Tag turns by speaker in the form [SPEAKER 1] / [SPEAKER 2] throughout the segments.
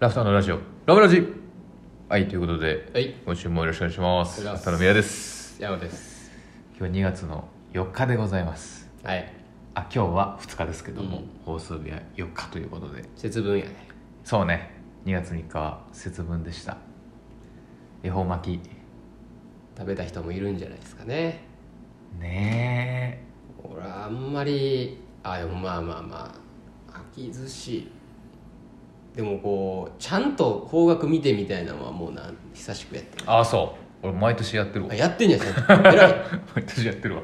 [SPEAKER 1] ラフターのラジオラブラジはいということで
[SPEAKER 2] はい
[SPEAKER 1] 今週もよろしくお願いします
[SPEAKER 2] お願いします
[SPEAKER 1] 浅野宮です
[SPEAKER 2] 山本です
[SPEAKER 1] 今日は2月の4日でございます
[SPEAKER 2] はい
[SPEAKER 1] あ今日は2日ですけども、
[SPEAKER 2] うん
[SPEAKER 1] 放送日は4日ということで
[SPEAKER 2] 節分やね
[SPEAKER 1] そうね2月3日は節分でした恵方巻き
[SPEAKER 2] 食べた人もいるんじゃないですかね
[SPEAKER 1] ね
[SPEAKER 2] 俺はあんまりあでもまあまあまあ秋寿司でもこうちゃんと方角見てみたいなのはもうな久しくやって
[SPEAKER 1] えああそう俺毎年やってるわ
[SPEAKER 2] るあやってんじゃないですか偉い
[SPEAKER 1] 毎年やってるわ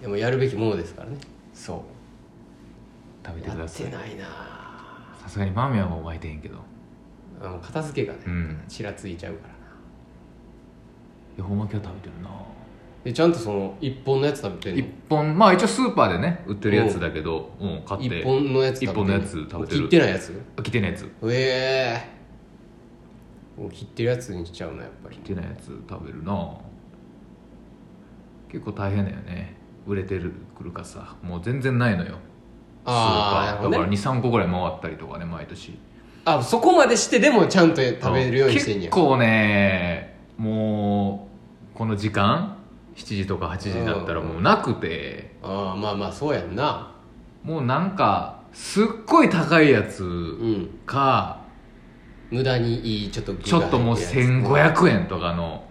[SPEAKER 2] でもやるべきものですからね
[SPEAKER 1] そう食べて
[SPEAKER 2] や
[SPEAKER 1] くだ
[SPEAKER 2] っ
[SPEAKER 1] さ
[SPEAKER 2] て
[SPEAKER 1] い
[SPEAKER 2] ないな
[SPEAKER 1] さすがにマミヤも巻いてへんけど
[SPEAKER 2] あの片付けがね
[SPEAKER 1] うん
[SPEAKER 2] ちらついちゃうからな
[SPEAKER 1] 恵方巻きは食べてるな
[SPEAKER 2] でちゃんとその一本のやつ食べて
[SPEAKER 1] 一
[SPEAKER 2] んの
[SPEAKER 1] 本まあ一応スーパーでね売ってるやつだけどうん買って
[SPEAKER 2] 一本のやつ食べてん
[SPEAKER 1] 一本のやつ食べてる
[SPEAKER 2] 切ってないやつ
[SPEAKER 1] あ来てないやつ来
[SPEAKER 2] ええもう切ってるやつにしちゃうなやっぱり
[SPEAKER 1] てないやつ食べるな結構大変だよね売れてるくるかさもう全然ないのよ
[SPEAKER 2] あー
[SPEAKER 1] スーパーだ
[SPEAKER 2] なる
[SPEAKER 1] から
[SPEAKER 2] ほどね
[SPEAKER 1] 23個ぐらい回ったりとかね毎年
[SPEAKER 2] あそこまでしてでもちゃんと食べるようにしてんや
[SPEAKER 1] 結構ねもうこの時間7時とか8時になったらもうなくて
[SPEAKER 2] ああまあまあそうやんな
[SPEAKER 1] もうなんかすっごい高いや
[SPEAKER 2] う
[SPEAKER 1] つ
[SPEAKER 2] ん
[SPEAKER 1] か
[SPEAKER 2] 無駄にいいちょっと具が
[SPEAKER 1] ちょっともう
[SPEAKER 2] 入ってるや
[SPEAKER 1] 1500円とかの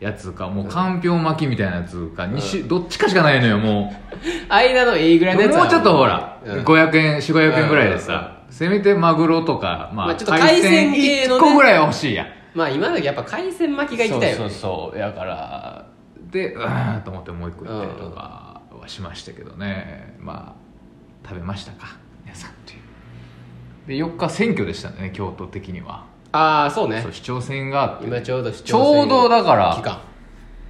[SPEAKER 1] やつかもうかんぴょう巻きみたいなやつか、二種どっちかしかないのよも
[SPEAKER 2] つ間のいいぐら
[SPEAKER 1] う
[SPEAKER 2] いのやつは
[SPEAKER 1] もうちょっとほら、
[SPEAKER 2] うん
[SPEAKER 1] 500円4500円ぐらいでさ、せめてマグロとか、まあ
[SPEAKER 2] まあちょっと海鮮系のね
[SPEAKER 1] 1個ぐらいは欲しいやん
[SPEAKER 2] まあ今の時やっぱ海鮮巻きがいきたいよね
[SPEAKER 1] そうそうそうやからでうーんと思ってもう一個行ったりとかはしましたけどね、まあ食べましたか皆さんっていうで4日選挙でしたね京都的には
[SPEAKER 2] ああそうね
[SPEAKER 1] そう市長選があって
[SPEAKER 2] 今ちょうどち
[SPEAKER 1] ちょうどだから
[SPEAKER 2] 期間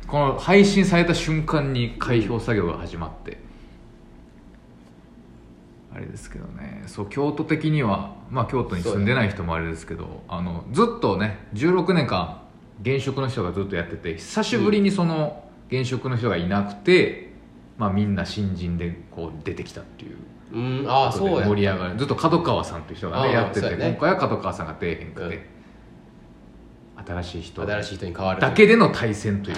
[SPEAKER 1] この配信された瞬間に開票作業が始まって、あれですけどねそう京都的には、まあ、京都に住んでない人もあれですけど、あのずっとね16年間現職の人がずっとやってて久しぶりにその現職の人がいなくて、まあ、みんな新人でこう出てきたっていう
[SPEAKER 2] うんああ
[SPEAKER 1] こと
[SPEAKER 2] そう
[SPEAKER 1] で
[SPEAKER 2] や
[SPEAKER 1] 盛り上がるずっと角川さんっていう人が
[SPEAKER 2] あ
[SPEAKER 1] ね
[SPEAKER 2] あ
[SPEAKER 1] やってて、
[SPEAKER 2] そうやね
[SPEAKER 1] 今回は角川さんが出えへんくて、
[SPEAKER 2] うん
[SPEAKER 1] 新しい人
[SPEAKER 2] 新しい人に変わる
[SPEAKER 1] だけでの対戦という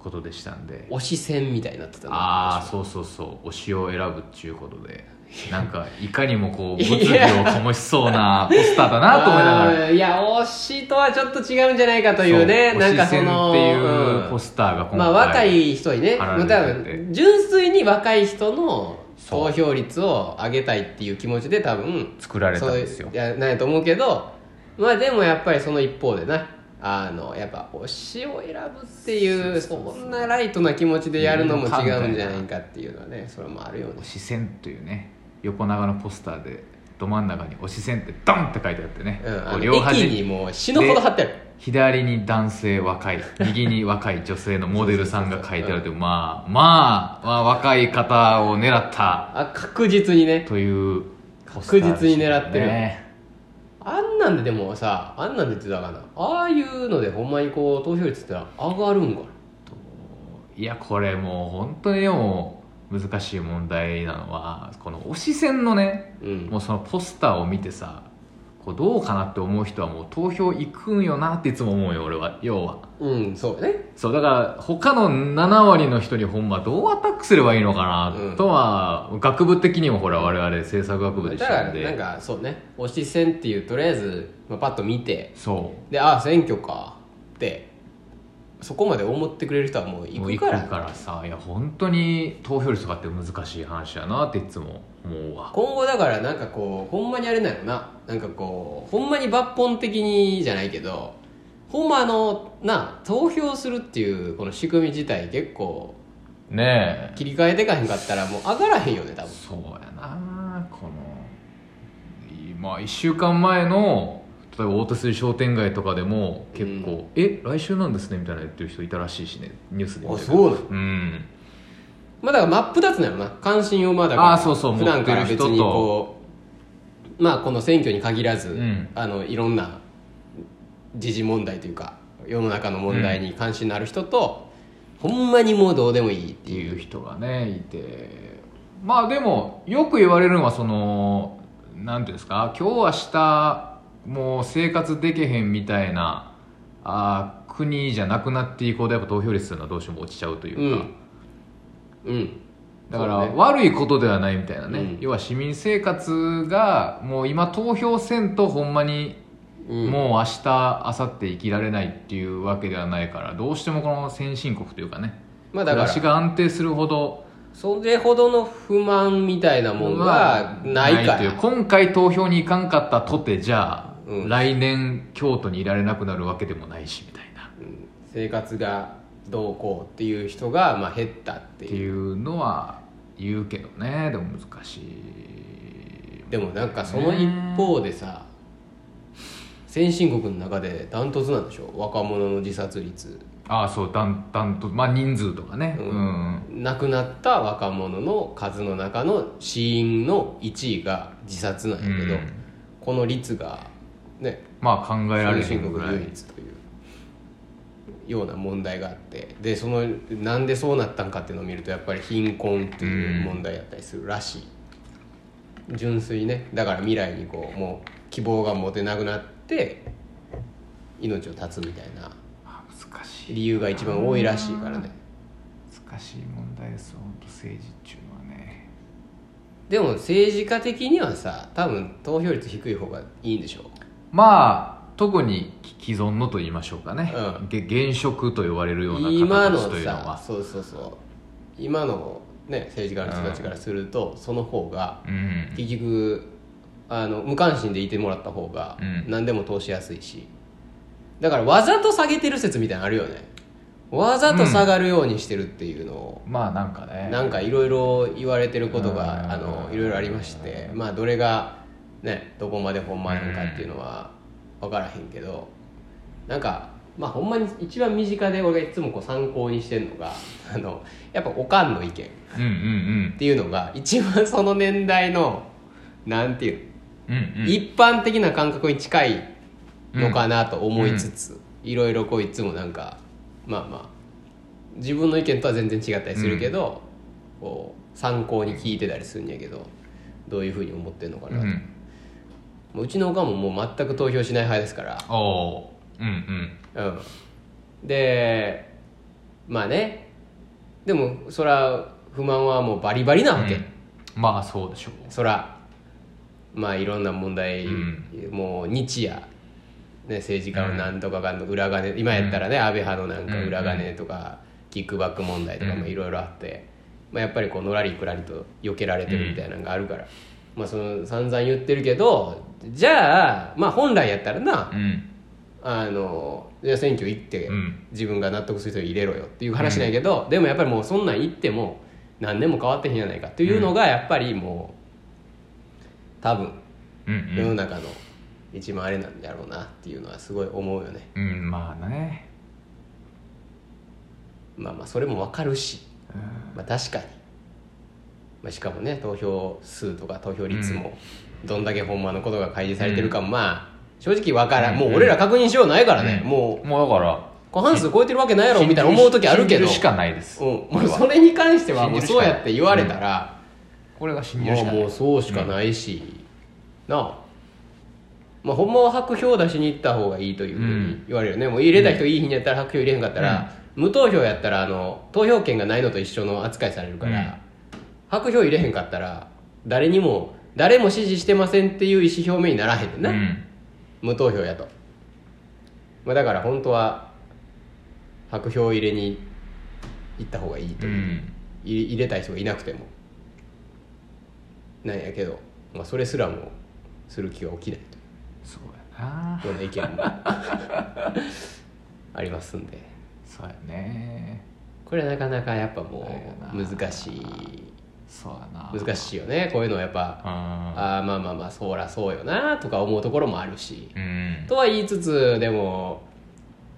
[SPEAKER 1] ことでしたんで
[SPEAKER 2] 推し戦みたいになってた
[SPEAKER 1] ああ
[SPEAKER 2] う
[SPEAKER 1] そうそうそう推しを選ぶっちゅうことでなんかいかにもこう物議を醸しそうなポスターだなと思いなが ら
[SPEAKER 2] いや推しとはちょっと違うんじゃないかというね
[SPEAKER 1] そ
[SPEAKER 2] なんか
[SPEAKER 1] 推し
[SPEAKER 2] そ
[SPEAKER 1] 戦
[SPEAKER 2] の
[SPEAKER 1] っていううんポスターが今回
[SPEAKER 2] まあ若い人に
[SPEAKER 1] 貼
[SPEAKER 2] ね、ま
[SPEAKER 1] ら
[SPEAKER 2] あ、
[SPEAKER 1] れ
[SPEAKER 2] 多
[SPEAKER 1] てて
[SPEAKER 2] 分純粋に若い人の
[SPEAKER 1] そう
[SPEAKER 2] 投票率を上げたいっていう気持ちで多分
[SPEAKER 1] 作られたん
[SPEAKER 2] そう
[SPEAKER 1] ですよ
[SPEAKER 2] いやないと思うけどまあでもやっぱりその一方でなあのやっぱ推しを選ぶっていうそんなライトな気持ちでやるのも違うんじゃないかっていうのはねそれもあるよね
[SPEAKER 1] 推し戦というね横長のポスターでど真ん中に推し戦ってドンって書いてあってね、
[SPEAKER 2] うん、
[SPEAKER 1] こ
[SPEAKER 2] あ
[SPEAKER 1] う
[SPEAKER 2] の
[SPEAKER 1] 両
[SPEAKER 2] 駅
[SPEAKER 1] 端
[SPEAKER 2] にもう死ぬほど貼ってある
[SPEAKER 1] 左に男性若い右に若い女性のモデルさんが書いてあるというまあまあ、まあ、若い方を狙った
[SPEAKER 2] あ確実にね
[SPEAKER 1] という
[SPEAKER 2] 確実に狙ってる
[SPEAKER 1] ね
[SPEAKER 2] あんなんででもさあんなんでって言ったらあかんなああいうのでほんまにこう投票率ってのは上がるんかない
[SPEAKER 1] やこれもう本当にもう難しい問題なのはこの推し戦のね
[SPEAKER 2] うん
[SPEAKER 1] もうそのポスターを見てさこうどうかなって思う人はもう投票行くんよなっていつも思うよ俺は要は
[SPEAKER 2] うん、そうね。
[SPEAKER 1] そうだから他の7割の人にほんまどうアタックすればいいのかな、
[SPEAKER 2] うん
[SPEAKER 1] とは学部的にもほら我々制作学部で
[SPEAKER 2] だ
[SPEAKER 1] し
[SPEAKER 2] から
[SPEAKER 1] たんで
[SPEAKER 2] なんかそうね、推し戦っていうとりあえず、まあ、パッと見て、
[SPEAKER 1] そ
[SPEAKER 2] で、ああ、選挙かって、そこまで思ってくれる人はもう
[SPEAKER 1] う
[SPEAKER 2] 行くから、
[SPEAKER 1] もう行くからさいや本当に投票率とかって難しい話やなっていつも思うわ
[SPEAKER 2] 今後だからなんかこう、ほんまにあれなのな、なんかこう、ほんまに抜本的にじゃないけど、ほんまあの、な、投票するっていうこの仕組み自体結構、
[SPEAKER 1] ねえ
[SPEAKER 2] 切り替えてかへんかったらもう上がらへんよね、多分。
[SPEAKER 1] そうやなこのいまあ1週間前の例えば大手水商店街とかでも結構「え来週なんですね」みたいな言ってる人いたらしいしねニュースで見てた
[SPEAKER 2] うなの
[SPEAKER 1] うん
[SPEAKER 2] まあだから真っ二つなのな関心をまあだか
[SPEAKER 1] あ
[SPEAKER 2] ら
[SPEAKER 1] ーそうそう
[SPEAKER 2] 普段から
[SPEAKER 1] 持って
[SPEAKER 2] 別
[SPEAKER 1] る人と
[SPEAKER 2] にこうまあこの選挙に限らず、
[SPEAKER 1] うん
[SPEAKER 2] あのいろんな時事問題というか世の中の問題に関心のある人と、ほんまにもうどうでもいいっ
[SPEAKER 1] って
[SPEAKER 2] ていう
[SPEAKER 1] いう人がねいてまあでもよく言われるのはそのなんていうんですか今日明日もう生活できへんみたいなあー国じゃなくなっていこうでやっぱ投票率というのはどうしても落ちちゃうという
[SPEAKER 2] う
[SPEAKER 1] か、
[SPEAKER 2] んうん
[SPEAKER 1] だから
[SPEAKER 2] そうね
[SPEAKER 1] 悪いことではないみたいなね、
[SPEAKER 2] うん
[SPEAKER 1] 要は市民生活がもう今投票せんとほんまに
[SPEAKER 2] うん
[SPEAKER 1] もう明日明後日生きられないっていうわけではないからどうしてもこの先進国というかね
[SPEAKER 2] まあだ
[SPEAKER 1] 暮
[SPEAKER 2] からら
[SPEAKER 1] しが安定するほど
[SPEAKER 2] それほどの不満みたいなもんがないか
[SPEAKER 1] という
[SPEAKER 2] ら
[SPEAKER 1] 今回投票に行かんかったとてじゃあ、
[SPEAKER 2] うん
[SPEAKER 1] 来年京都にいられなくなるわけでもないしみたいなっ
[SPEAKER 2] 生活がどうこうっていう人がまあ減ったって
[SPEAKER 1] て
[SPEAKER 2] いう
[SPEAKER 1] いうのは言うけどねでも難しい
[SPEAKER 2] でもなんかその一方でさ先進国の中でダントツなんでしょ若者の自殺率
[SPEAKER 1] ああそうだんだんとまあ人数とかね
[SPEAKER 2] う
[SPEAKER 1] うんん、
[SPEAKER 2] 亡くなった若者の数の中の死因の1位が自殺なんやけど、
[SPEAKER 1] うん
[SPEAKER 2] この率がね
[SPEAKER 1] まあ考えられ
[SPEAKER 2] 先
[SPEAKER 1] へ
[SPEAKER 2] 進
[SPEAKER 1] ん
[SPEAKER 2] 国
[SPEAKER 1] ぐら
[SPEAKER 2] 唯
[SPEAKER 1] い
[SPEAKER 2] 一というような問題があってでそのなんでそうなったんかっていうのを見るとやっぱり貧困っていう問題やったりするらしい、純粋ねだから未来にこうもう希望が持てなくなって命を絶つみたいな
[SPEAKER 1] あ難しい
[SPEAKER 2] 理由が一番多いらしいからね
[SPEAKER 1] 難しい問題です本当政治っていうのはね
[SPEAKER 2] でも政治家的にはさ多分投票率低い方がいいんでしょ
[SPEAKER 1] まあ特に既存のと言いましょうかね、
[SPEAKER 2] うん
[SPEAKER 1] げ現職と呼ばれるような
[SPEAKER 2] 今の
[SPEAKER 1] 形というの
[SPEAKER 2] さ
[SPEAKER 1] は
[SPEAKER 2] そうそうそう今のね政治家の人たちからすると、その方が
[SPEAKER 1] うん
[SPEAKER 2] 結局あの無関心でいてもらった方が
[SPEAKER 1] うん
[SPEAKER 2] 何でも通しやすいし、だからわざと下げてる説みたいなのあるよねわざと下がるようにしてるっていうのを、
[SPEAKER 1] まあなんかね
[SPEAKER 2] なんかいろいろ言われてること
[SPEAKER 1] う
[SPEAKER 2] が
[SPEAKER 1] ん
[SPEAKER 2] あのいろいろありましてまあどれがねどこまでほんまなんかっていうのは分からへんけどなんかまあほんまに一番身近で俺がいつもこう参考にしてるのがあのやっぱおかんの意見っ
[SPEAKER 1] うんうん
[SPEAKER 2] ていうのが一番その年代のなんていう
[SPEAKER 1] うんうんうん
[SPEAKER 2] 一般的な感覚に近いのかなと思いつつ、いろいろこういつもなんかまあまあ自分の意見とは全然違ったりするけど、こう参考に聞いてたりするんやけどどういうふうに思ってんのかなと、
[SPEAKER 1] う
[SPEAKER 2] も
[SPEAKER 1] ん
[SPEAKER 2] ううちのおかんももう全く投票しない派ですか
[SPEAKER 1] おおーうんうん
[SPEAKER 2] ら、うん、でまあねでもそら不満はもうバリバリなわけ、
[SPEAKER 1] うんまあそうでしょう
[SPEAKER 2] そらまあいろんな問題、
[SPEAKER 1] うん
[SPEAKER 2] もう日夜、ね、政治家のなんとかがんの裏金、今やったらね、安倍派のなんか裏金とか、キックバック問題とかもいろいろあって、まあ、やっぱりこうのらりくらりと避けられてるみたいなのがあるから、まあその散々言ってるけどじゃあまあ本来やったらな
[SPEAKER 1] うん
[SPEAKER 2] あのじゃあ選挙行って、
[SPEAKER 1] うん
[SPEAKER 2] 自分が納得する人入れろよっていう話なんやけど、でもやっぱりもうそんなん言っても何年も変わってへんやないかっていうのがやっぱりもう多分
[SPEAKER 1] うん
[SPEAKER 2] 世
[SPEAKER 1] う
[SPEAKER 2] の
[SPEAKER 1] ん
[SPEAKER 2] 中の一番あれなんだろうなっていうのはすごい思うよね
[SPEAKER 1] うんまあね
[SPEAKER 2] まあまあそれもわかるし、まあ、確かに、まあ、しかもね投票数とか投票率もどんだけほんまのことが開示されてるかもまあ正直わからんもう俺ら確認しようないからね、
[SPEAKER 1] うん
[SPEAKER 2] もう
[SPEAKER 1] もうだから
[SPEAKER 2] 過半数超えてるわけないやろみたいな思う時あるけ
[SPEAKER 1] 信
[SPEAKER 2] ど
[SPEAKER 1] じるしかないです
[SPEAKER 2] うん、も
[SPEAKER 1] こ
[SPEAKER 2] う
[SPEAKER 1] れ
[SPEAKER 2] そ
[SPEAKER 1] は
[SPEAKER 2] れに関してはも
[SPEAKER 1] 信じ
[SPEAKER 2] う
[SPEAKER 1] るし
[SPEAKER 2] そう
[SPEAKER 1] かない
[SPEAKER 2] やって言われたら、
[SPEAKER 1] これが信じ
[SPEAKER 2] ま
[SPEAKER 1] る
[SPEAKER 2] あ
[SPEAKER 1] しかな
[SPEAKER 2] も
[SPEAKER 1] いう
[SPEAKER 2] そうしかないし、なあまあほんまは白票を出しに行った方がいいというふうに言われるよね、もう入れた人いい日にやったら白票入れへんかったら、無投票やったらあの投票権がないのと一緒の扱いされるから、
[SPEAKER 1] うん
[SPEAKER 2] 白票入れへんかったら誰にも誰も支持してませんっていう意思表明にならへんねんな、
[SPEAKER 1] うん
[SPEAKER 2] 無投票やと、まあ、だから本当は白票を入れに行った方がいいと
[SPEAKER 1] う
[SPEAKER 2] いう、
[SPEAKER 1] ん
[SPEAKER 2] い入れたい人がいなくてもなんやけど、まあ、それすらもする気が起きない
[SPEAKER 1] そうやな
[SPEAKER 2] というような意見 もありますんで
[SPEAKER 1] そうやね
[SPEAKER 2] これはなかなかやっぱも
[SPEAKER 1] そう
[SPEAKER 2] う
[SPEAKER 1] やな
[SPEAKER 2] 難しい
[SPEAKER 1] そうやな
[SPEAKER 2] 難しいよねこういうのはやっぱ
[SPEAKER 1] あ
[SPEAKER 2] ああまあまあまあそらそうよなとか思うところもあるし
[SPEAKER 1] うん
[SPEAKER 2] とは言いつつでも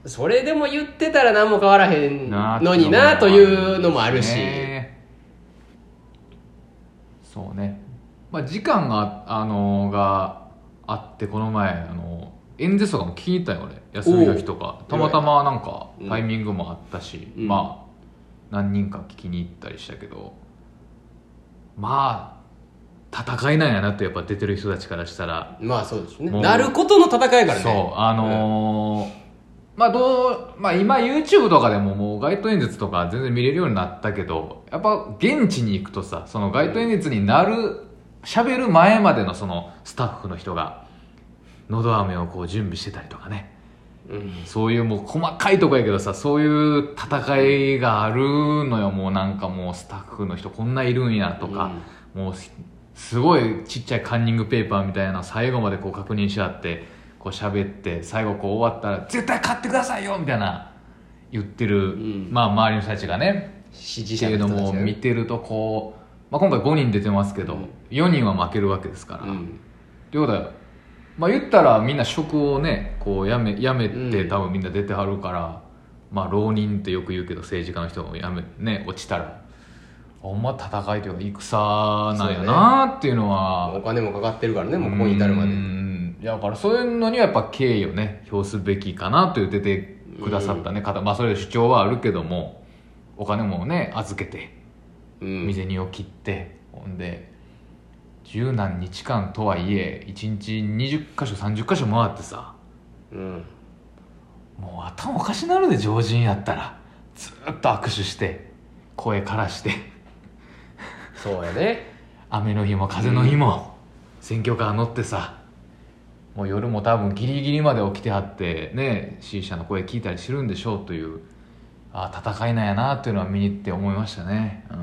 [SPEAKER 2] それでも言ってたら何も変わらへん
[SPEAKER 1] なあ
[SPEAKER 2] のになというのもあるし
[SPEAKER 1] ねそうね、まあ、時間があのがあってこの前あの演説とかも聞いたよ俺休みの日とか
[SPEAKER 2] おう
[SPEAKER 1] たまたまなんか
[SPEAKER 2] うん
[SPEAKER 1] タイミングもあったし、
[SPEAKER 2] うん
[SPEAKER 1] まあ何人か聞きに行ったりしたけどまあ戦いなんやなってやっぱ出てる人たちからしたら、
[SPEAKER 2] まあそうですね
[SPEAKER 1] もう
[SPEAKER 2] なることの戦いからね
[SPEAKER 1] そうあのーまあどうまあ今 YouTube とかでももう街頭演説とか全然見れるようになったけどやっぱ現地に行くとさその街頭演説になる喋る前までのそのスタッフの人がのど飴をこう準備してたりとかね
[SPEAKER 2] うん
[SPEAKER 1] そういうもう細かいとこやけどさそういう戦いがあるのよもうなんかもうスタッフの人こんないるんやとか、もうすすごいちっちゃいカンニングペーパーみたいな最後までこう確認し合ってこう喋って最後こう終わったら「絶対買ってくださいよ!」みたいな言ってる、
[SPEAKER 2] うん
[SPEAKER 1] まあ周りの人たちがね
[SPEAKER 2] 支持
[SPEAKER 1] っ
[SPEAKER 2] 者
[SPEAKER 1] ていう
[SPEAKER 2] の
[SPEAKER 1] の
[SPEAKER 2] 人たち
[SPEAKER 1] も
[SPEAKER 2] が
[SPEAKER 1] 見てるとこう、まあ、今回5人出てますけど、
[SPEAKER 2] うん
[SPEAKER 1] 4人は負けるわけですから、
[SPEAKER 2] うん
[SPEAKER 1] ということは、まあ、言ったらみんな職をねこうやめやめて
[SPEAKER 2] うん
[SPEAKER 1] 多分みんな出てはるから、まあ浪人ってよく言うけど政治家の人もやめ、ね、落ちたらほんま戦いというか戦なんやなっていうのは
[SPEAKER 2] お金もかかってるからねもうここに至るまで
[SPEAKER 1] うんいやだからそういうのにはやっぱ敬意をね表すべきかなという出てくださったね方、まあ、それ主張はあるけどもお金もね預けて
[SPEAKER 2] うん
[SPEAKER 1] 身銭を切ってほんで十何日間とはいえ1日20か所30か所回ってさ
[SPEAKER 2] うん
[SPEAKER 1] もう頭おかしなるで常人やったらずーっと握手して声からして
[SPEAKER 2] そうやね
[SPEAKER 1] 雨の日も風の日も選挙カー乗ってさもう夜も多分ギリギリまで起きてはってね支持者の声聞いたりしてるんでしょうというああ戦いなんやなっていうのは見に行って思いましたねうん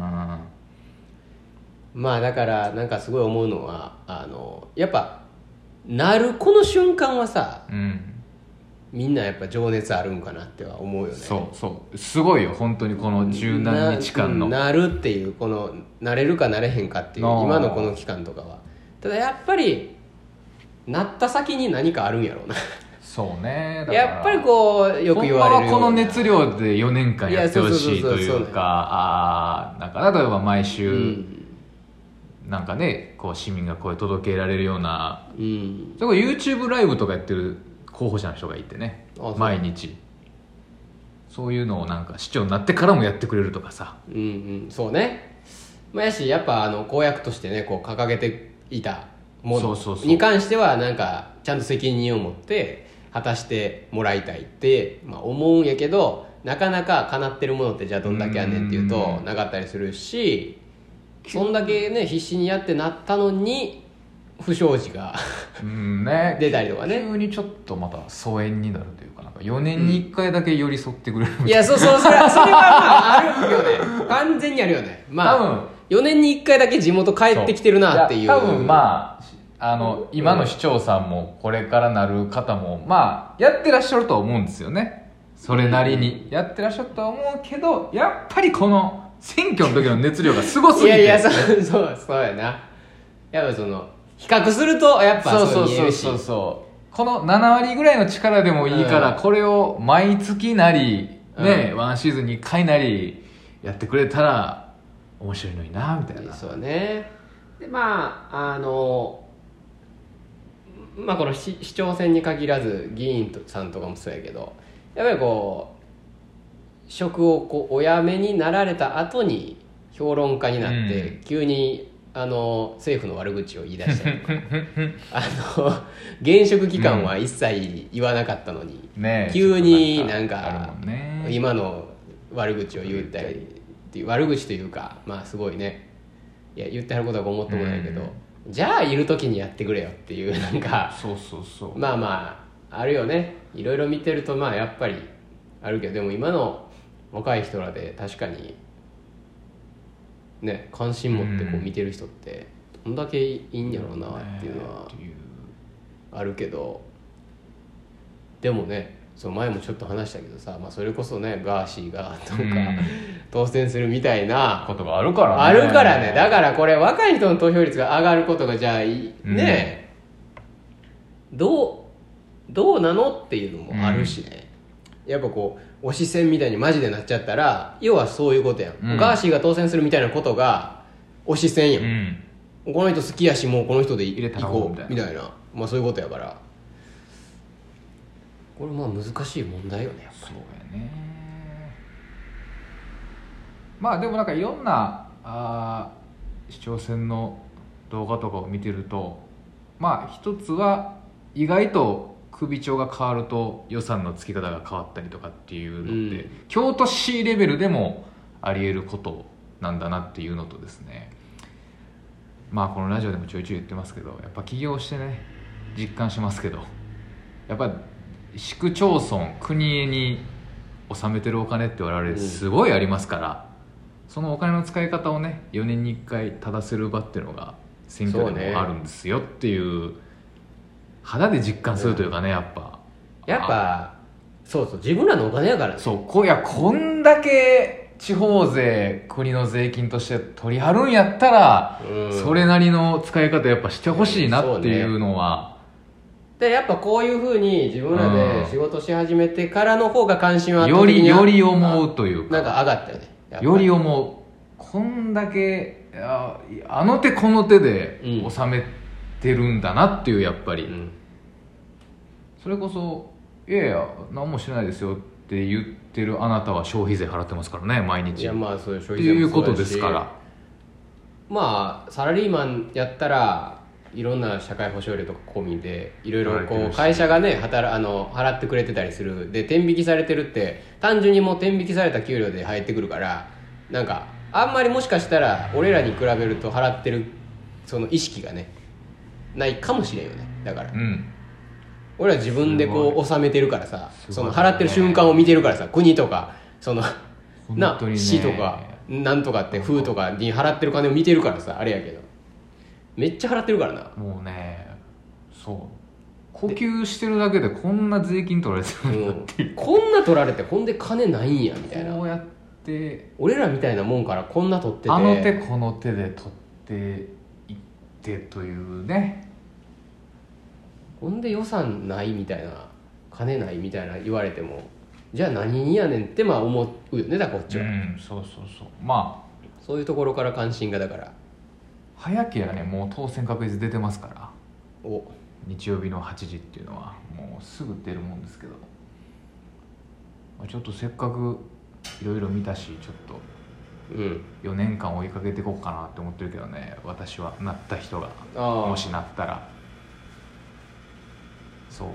[SPEAKER 2] まあだからなんかすごい思うのはあのやっぱなるこの瞬間はさ
[SPEAKER 1] うん
[SPEAKER 2] みんなやっぱ情熱あるんかなっては思うよね
[SPEAKER 1] そうそうすごいよ本当にこの十何日間の
[SPEAKER 2] ななるっていうこのなれるかなれへんかっていう
[SPEAKER 1] あー
[SPEAKER 2] 今のこの期間とかはただやっぱりなった先に何かあるんやろうな
[SPEAKER 1] そうね
[SPEAKER 2] やっぱりこうよく言われるよう
[SPEAKER 1] ほん
[SPEAKER 2] な
[SPEAKER 1] まはこの熱量で4年間やってほしい
[SPEAKER 2] いやそ
[SPEAKER 1] と
[SPEAKER 2] うそうそうそう
[SPEAKER 1] い
[SPEAKER 2] そう
[SPEAKER 1] うかああーなんか例えば毎
[SPEAKER 2] う
[SPEAKER 1] 週
[SPEAKER 2] ん、
[SPEAKER 1] なんかねこう市民が声届けられるような
[SPEAKER 2] うん、
[SPEAKER 1] それこそ YouTube ライブとかやってる候補者の人がいてね
[SPEAKER 2] あそう
[SPEAKER 1] 毎日そういうのをなんか市長になってからもやってくれるとかさ
[SPEAKER 2] うんうんそうねまあやしやっぱあの公約としてねこう掲げていたも
[SPEAKER 1] そ
[SPEAKER 2] の
[SPEAKER 1] うそうそう
[SPEAKER 2] に関してはなんかちゃんと責任を持って果たしてもらいたいって、まあ、思うんやけどなかなか叶ってるものってじゃあどんだけやねんってい
[SPEAKER 1] う
[SPEAKER 2] う
[SPEAKER 1] んうん
[SPEAKER 2] と
[SPEAKER 1] うん
[SPEAKER 2] なかったりするしそんだけね必死にやってなったのに不祥事 が
[SPEAKER 1] うんね
[SPEAKER 2] 出たりとかね
[SPEAKER 1] 急にちょっとまた疎遠になるというかなんか4年に1回だけ寄り添ってくれるみたいない
[SPEAKER 2] やそうそうそれはそれはまああるよね完全にあるよねまあ
[SPEAKER 1] 多分
[SPEAKER 2] 4年に1回だけ地元帰ってきてるなっていう
[SPEAKER 1] や多分まああの今の市長さんもこれからなる方もまあやってらっしゃるとは思うんですよねそれなりにやってらっしゃるとは思うけどやっぱりこの選挙の時の熱量がすごすぎ
[SPEAKER 2] い
[SPEAKER 1] て
[SPEAKER 2] やいやそうそうそうやなやっぱその比較するとやっぱ
[SPEAKER 1] そう
[SPEAKER 2] そ
[SPEAKER 1] そうう
[SPEAKER 2] 見え
[SPEAKER 1] そ
[SPEAKER 2] る
[SPEAKER 1] う
[SPEAKER 2] し
[SPEAKER 1] そうそうこの7割ぐらいの力でもいいから、
[SPEAKER 2] う
[SPEAKER 1] これを毎月なりね、
[SPEAKER 2] う
[SPEAKER 1] ワンシーズンに1回なりやってくれたら面白いのになみたいな
[SPEAKER 2] そうねでまああのまあこの市市長選に限らず議員さんとかもそうやけどやっぱりこう職をこうお辞めになられた後に評論家になって、
[SPEAKER 1] う
[SPEAKER 2] 急にあの政府の悪口を言い出したりと かあの現職期間は一切言わなかったのに、
[SPEAKER 1] ね
[SPEAKER 2] 急になん
[SPEAKER 1] あ
[SPEAKER 2] か
[SPEAKER 1] るもんね
[SPEAKER 2] 今の悪口を言ったりっていう悪口というかまあすごいねいや言ってはることはごもっともないけど、じゃあいる時にやってくれよっていうなんか
[SPEAKER 1] そうそうそう
[SPEAKER 2] まあまああるよねいろいろ見てるとまあやっぱりあるけどでも今の若い人らで確かにね関心持ってこう見てる人ってどんだけいいんやろうなっていうのは
[SPEAKER 1] っていう
[SPEAKER 2] あるけどでもねその前もちょっと話したけどさ、まあ、それこそねガーシーがとか、
[SPEAKER 1] うん
[SPEAKER 2] 当選するみたいな
[SPEAKER 1] ことがあるからね
[SPEAKER 2] あるからねだからこれ若い人の投票率が上がることがじゃあい
[SPEAKER 1] うん
[SPEAKER 2] ねえどうどうなのっていうのもあるしね、やっぱこう推し戦みたいにマジでなっちゃったら要はそういうことやん、
[SPEAKER 1] うん
[SPEAKER 2] ガーシーが当選するみたいなことが推し戦やん
[SPEAKER 1] うん
[SPEAKER 2] この人好きやしもうこの人で
[SPEAKER 1] 入れた
[SPEAKER 2] 行
[SPEAKER 1] ら
[SPEAKER 2] こ
[SPEAKER 1] みた
[SPEAKER 2] う
[SPEAKER 1] いな
[SPEAKER 2] みたいなまあそういうことやからこれまあ難しい問題よねやっぱ
[SPEAKER 1] そうやねまあでもなんかいろんなあー市長選の動画とかを見てるとまあ一つは意外と首長が変わると予算の付き方が変わったりとかっていうのって、
[SPEAKER 2] うん
[SPEAKER 1] 京都市レベルでもありえることなんだなっていうのとですねまあこのラジオでもちょいちょい言ってますけどやっぱ起業してね実感しますけどやっぱ市区町村国に納めてるお金って我々すごいありますから、そのお金の使い方をね4年に1回正せる場っていうのが選挙
[SPEAKER 2] そう
[SPEAKER 1] で
[SPEAKER 2] ね
[SPEAKER 1] もあるんですよっていう肌で実感するというかねやっぱ
[SPEAKER 2] やっぱそうそう自分らのお金やからね
[SPEAKER 1] そうこいやこんだけ地方税国の税金として取り張るんやったら、
[SPEAKER 2] うん
[SPEAKER 1] それなりの使い方やっぱしてほしいなっていうのは、
[SPEAKER 2] でやっぱこういうふうに自分らで仕事し始めてからの方が関心は圧倒
[SPEAKER 1] よ
[SPEAKER 2] 的
[SPEAKER 1] り
[SPEAKER 2] に
[SPEAKER 1] より思うという
[SPEAKER 2] なん
[SPEAKER 1] か
[SPEAKER 2] か上がったよねやっぱ
[SPEAKER 1] より思うこんだけいやあの手この手で
[SPEAKER 2] うん
[SPEAKER 1] 収めてるんだなっていうやっぱり、
[SPEAKER 2] うん
[SPEAKER 1] それこそ「いやいや何もしてないですよ」って言ってるあなたは消費税払ってますからね毎
[SPEAKER 2] い
[SPEAKER 1] 日
[SPEAKER 2] や
[SPEAKER 1] っ
[SPEAKER 2] まあそういう消
[SPEAKER 1] て
[SPEAKER 2] 費税
[SPEAKER 1] いう
[SPEAKER 2] もそ
[SPEAKER 1] こ
[SPEAKER 2] うだ
[SPEAKER 1] と
[SPEAKER 2] し
[SPEAKER 1] ですから
[SPEAKER 2] まあサラリーマンやったらいろんな社会保障料とか込みでいろいろ
[SPEAKER 1] 払って
[SPEAKER 2] こ
[SPEAKER 1] る
[SPEAKER 2] う
[SPEAKER 1] し
[SPEAKER 2] 会社がね働あの払ってくれてたりするで天引きされてるって単純にもう天引きされた給料で入ってくるからなんかあんまりもしかしたら俺らに比べると払ってるその意識がねないかもしれんよねだから
[SPEAKER 1] うん
[SPEAKER 2] 俺は自分でこう納めてるからさ、
[SPEAKER 1] すごい
[SPEAKER 2] その払ってる瞬間を見てるからさ国とかその、
[SPEAKER 1] 本
[SPEAKER 2] な
[SPEAKER 1] 当にね
[SPEAKER 2] 市とかなんとかって風とかに払ってる金を見てるからさあれやけどめっちゃ払ってるからな
[SPEAKER 1] もうねそう呼吸してるだけでこんな税金取られてるんだって
[SPEAKER 2] うんこんな取られてほんで金ないんやみたい
[SPEAKER 1] こ
[SPEAKER 2] な
[SPEAKER 1] うやって
[SPEAKER 2] 俺らみたいなもんからこんな取ってて
[SPEAKER 1] あの手この手で取っていってというね
[SPEAKER 2] ほんで予算ないみたいな金ないみたいな言われてもじゃあ何にやねんってまあ思うよねだからこっちは、
[SPEAKER 1] うんそうそうそうまあ
[SPEAKER 2] そういうところから関心がだから
[SPEAKER 1] 早けりゃねもう当選確実出てますから
[SPEAKER 2] お
[SPEAKER 1] 日曜日の8時っていうのはもうすぐ出るもんですけど、まあ、ちょっとせっかくいろいろ見たしちょっと
[SPEAKER 2] うん
[SPEAKER 1] 4年間追いかけていこうかなって思ってるけどね私はなった人が
[SPEAKER 2] ああ
[SPEAKER 1] もしなったらそう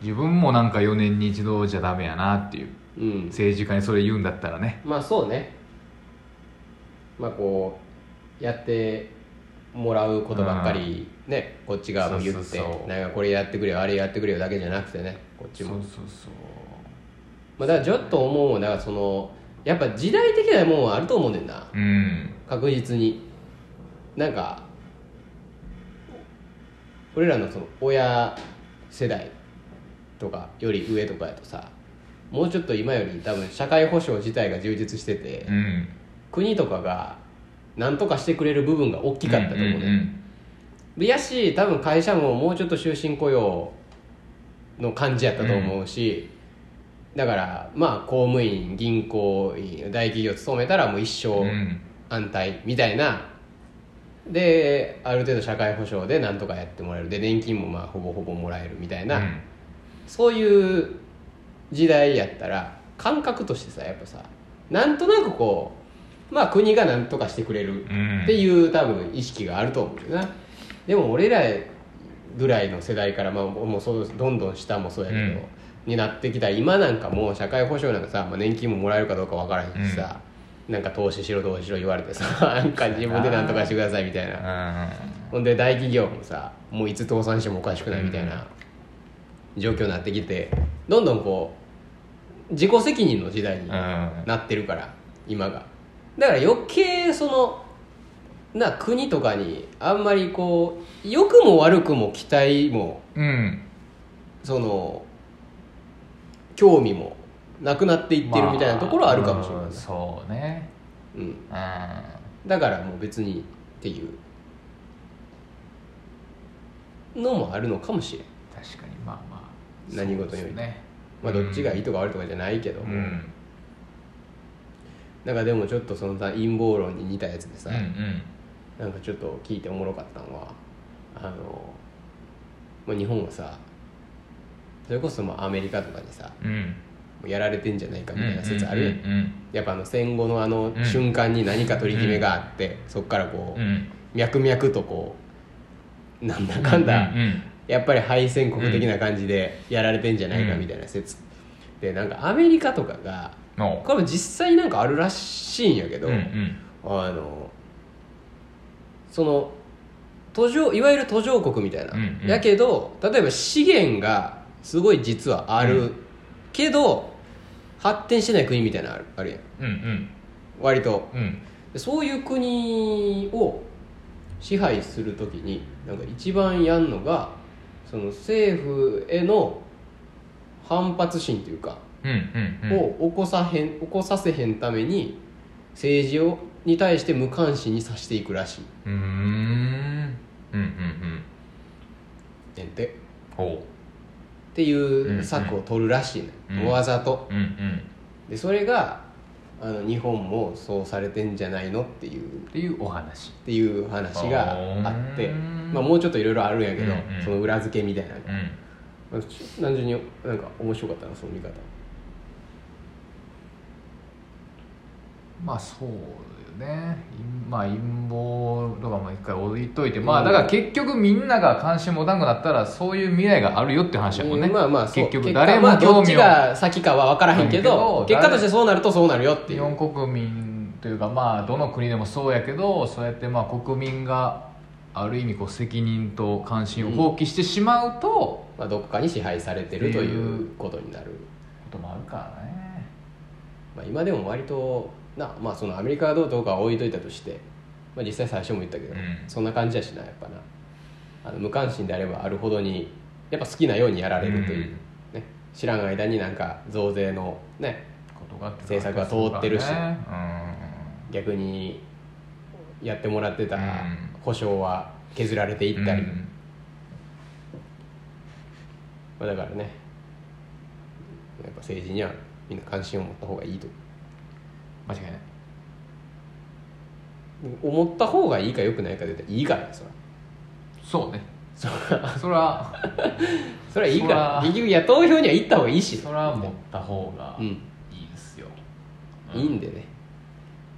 [SPEAKER 1] 自分もなんか4年に一度じゃダメやなっていう
[SPEAKER 2] うん
[SPEAKER 1] 政治家にそれ言うんだったらね
[SPEAKER 2] まあそうねまあこうやってもらうことばっかりね、こっち側も言って
[SPEAKER 1] そうそうそう
[SPEAKER 2] なんかこれやってくれよあれやってくれよだけじゃなくてねこっち
[SPEAKER 1] そう
[SPEAKER 2] も
[SPEAKER 1] そうそ
[SPEAKER 2] まあ、だからちょっと思うのはだからそのやっぱ時代的なもんはあると思うねんな
[SPEAKER 1] ううん
[SPEAKER 2] 確実になんか俺らのその親世代とかより上とかやとさもうちょっと今より多分社会保障自体が充実してて、
[SPEAKER 1] うん
[SPEAKER 2] 国とかが何とかしてくれる部分が大きかったと思うね、
[SPEAKER 1] んん
[SPEAKER 2] でやし多分会社ももうちょっと終身雇用の感じやったと思うし、だからまあ公務員銀行員大企業勤めたらもう一
[SPEAKER 1] うんう
[SPEAKER 2] 生
[SPEAKER 1] ん
[SPEAKER 2] 安泰みたいな、である程度社会保障で何とかやってもらえるで年金もまあほぼほぼもらえるみたいな、
[SPEAKER 1] うん
[SPEAKER 2] そういう時代やったら感覚としてさやっぱさなんとなくこうまあ国が何とかしてくれる
[SPEAKER 1] うん
[SPEAKER 2] っていう多分意識があると思うけどなでも俺らぐらいの世代から、まあ、もうそうどんどん下もそうやけど、
[SPEAKER 1] うん
[SPEAKER 2] になってきた今なんかもう社会保障なんかさ、まあ、年金ももらえるかどうかわからへんしさ、なんか投資しろ投資しろ言われてさ なんか自分で何とかしてくださいみたいなほんで大企業もさもういつ倒産してもおかしくないみたいな状況になってきてどんどんこう自己責任の時代に
[SPEAKER 1] うん
[SPEAKER 2] なってるから今がだから余計そのな国とかにあんまりこう良くも悪くも期待も
[SPEAKER 1] うん
[SPEAKER 2] その興味もなくなっていってるみたいなところはあるかもしれな
[SPEAKER 1] ま
[SPEAKER 2] い、
[SPEAKER 1] あうんそうね
[SPEAKER 2] うん、
[SPEAKER 1] うん
[SPEAKER 2] だからもう別にっていうのもあるのかもしれん
[SPEAKER 1] 確かにまあまあ
[SPEAKER 2] 何事におい
[SPEAKER 1] そう
[SPEAKER 2] て
[SPEAKER 1] ですね
[SPEAKER 2] まあどっちがいいとか悪いとかじゃないけど
[SPEAKER 1] う
[SPEAKER 2] も、
[SPEAKER 1] ん
[SPEAKER 2] なんかでもちょっとそのさ陰謀論に似たやつで
[SPEAKER 1] う
[SPEAKER 2] さ、
[SPEAKER 1] んうん
[SPEAKER 2] なんかちょっと聞いておもろかったのはあの、まあ、日本はさそれこそまあアメリカとかにさ
[SPEAKER 1] うん
[SPEAKER 2] もうやられてんじゃないかみたいな説あるやん
[SPEAKER 1] うん
[SPEAKER 2] やっぱあの戦後のあの
[SPEAKER 1] うん
[SPEAKER 2] 瞬間に何か取り決めがあって、そっからこ
[SPEAKER 1] うんうん
[SPEAKER 2] う脈々とこうなんだかんだ、
[SPEAKER 1] うんうん
[SPEAKER 2] やっぱり敗戦国的な感じでやられてんじゃないかみたいな説、でなんかアメリカとかが
[SPEAKER 1] の
[SPEAKER 2] これも実際なんかあるらしいんやけど、
[SPEAKER 1] うんうん
[SPEAKER 2] あのその途上いわゆる途上国みたいな、
[SPEAKER 1] うんうん
[SPEAKER 2] やけど例えば資源がすごい実はある、
[SPEAKER 1] うん
[SPEAKER 2] けど発展してない国みたいなのあるあるやん
[SPEAKER 1] うん
[SPEAKER 2] 割と
[SPEAKER 1] うんうん
[SPEAKER 2] でそういう国を支配するときになんか一番やんのがその政府への反発心というか、
[SPEAKER 1] うんうん
[SPEAKER 2] を起こさへん起こさせへんために政治をに対して無関心にさせていくらしいう
[SPEAKER 1] ーんうんうんうん
[SPEAKER 2] ねんてっ
[SPEAKER 1] ほ
[SPEAKER 2] てい
[SPEAKER 1] んう
[SPEAKER 2] うん策を取るらしいね、
[SPEAKER 1] うん
[SPEAKER 2] ん、わざと
[SPEAKER 1] ううんうん
[SPEAKER 2] でそれがあの日本もそうされてんじゃないのっていう
[SPEAKER 1] っていうお話
[SPEAKER 2] っていう話があって
[SPEAKER 1] あー
[SPEAKER 2] まあ、もうちょっといろいろあるんやけど、
[SPEAKER 1] うんうん
[SPEAKER 2] その裏付けみたいなのが
[SPEAKER 1] うん
[SPEAKER 2] まあち単純になんか面白かったなその見方
[SPEAKER 1] まあそうよね陰まあ陰謀とかも一回置いといてまあだから結局みんなが関心持たなくなったらそういう未来があるよって話だもんね、
[SPEAKER 2] うんまあまあそう
[SPEAKER 1] 結局誰
[SPEAKER 2] まあ
[SPEAKER 1] も
[SPEAKER 2] ど
[SPEAKER 1] 興
[SPEAKER 2] っち
[SPEAKER 1] 味を
[SPEAKER 2] が先かは分からへんけど
[SPEAKER 1] うんけど
[SPEAKER 2] 結果としてそうなるとそうなるよってい
[SPEAKER 1] 日
[SPEAKER 2] う
[SPEAKER 1] 本国民というかまあどの国でもそうやけどそうやってまあ国民がある意味こう責任と関心を放棄してしまうと、
[SPEAKER 2] まあ、どこかに支配されてるということになる、
[SPEAKER 1] こともあるからね
[SPEAKER 2] まあ、今でも割とな、まあ、そのアメリカがどうとかは置いといたとして、まあ、実際最初も言ったけど、
[SPEAKER 1] うん
[SPEAKER 2] そんな感じやしなやっぱなあの無関心であればあるほどにやっぱ好きなようにやられるという、ね、知らん間になんか増税のね
[SPEAKER 1] ことがあって
[SPEAKER 2] 政策は通ってるし
[SPEAKER 1] ね
[SPEAKER 2] 逆にやってもらってた
[SPEAKER 1] うん
[SPEAKER 2] 保証は削られて
[SPEAKER 1] うん
[SPEAKER 2] いったり、
[SPEAKER 1] うん
[SPEAKER 2] まあ、だからねやっぱ政治にはみんな関心を持った方がいいと
[SPEAKER 1] 間違いない
[SPEAKER 2] 思った方がいいかよくないかで言ったらいいからそら
[SPEAKER 1] そうねそれは
[SPEAKER 2] それはいいか
[SPEAKER 1] そ
[SPEAKER 2] ら
[SPEAKER 1] ら
[SPEAKER 2] 結局いや投票には行った方がいいし
[SPEAKER 1] それは持った方が
[SPEAKER 2] うん
[SPEAKER 1] いいですよ、
[SPEAKER 2] いいんでね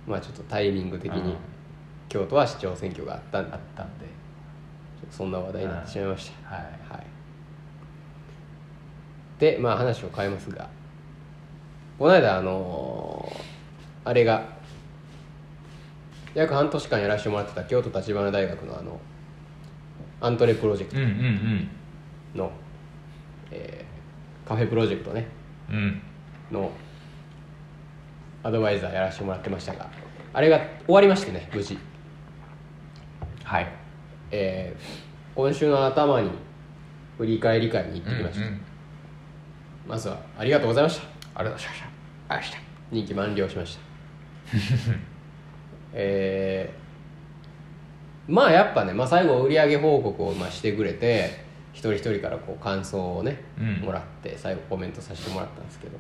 [SPEAKER 2] まあちょっとタイミング的
[SPEAKER 1] う
[SPEAKER 2] に
[SPEAKER 1] ん
[SPEAKER 2] 京都は市長選挙があったん
[SPEAKER 1] あ
[SPEAKER 2] で
[SPEAKER 1] ったんで
[SPEAKER 2] そんな話題になってしまいまし
[SPEAKER 1] はい
[SPEAKER 2] たはいでまあ話を変えますがこの間あのーあれが約半年間やらせてもらってた京都立花大学のあのアントレプロジェク
[SPEAKER 1] うんうん
[SPEAKER 2] トの、えーカフェプロジェクトね
[SPEAKER 1] うんうん
[SPEAKER 2] のアドバイザーやらせてもらってましたがあれが終わりましてね無事、
[SPEAKER 1] はい
[SPEAKER 2] えー今週の頭に振り返り会に行ってきました、
[SPEAKER 1] うんうん
[SPEAKER 2] まずはありがとうございました
[SPEAKER 1] ありがとうございましたありがとうございました
[SPEAKER 2] 任期満了しましたえーまあやっぱね、まあ、最後売上報告をまあしてくれて一人一人からこう感想をね、
[SPEAKER 1] うん
[SPEAKER 2] もらって最後コメントさせてもらったんですけど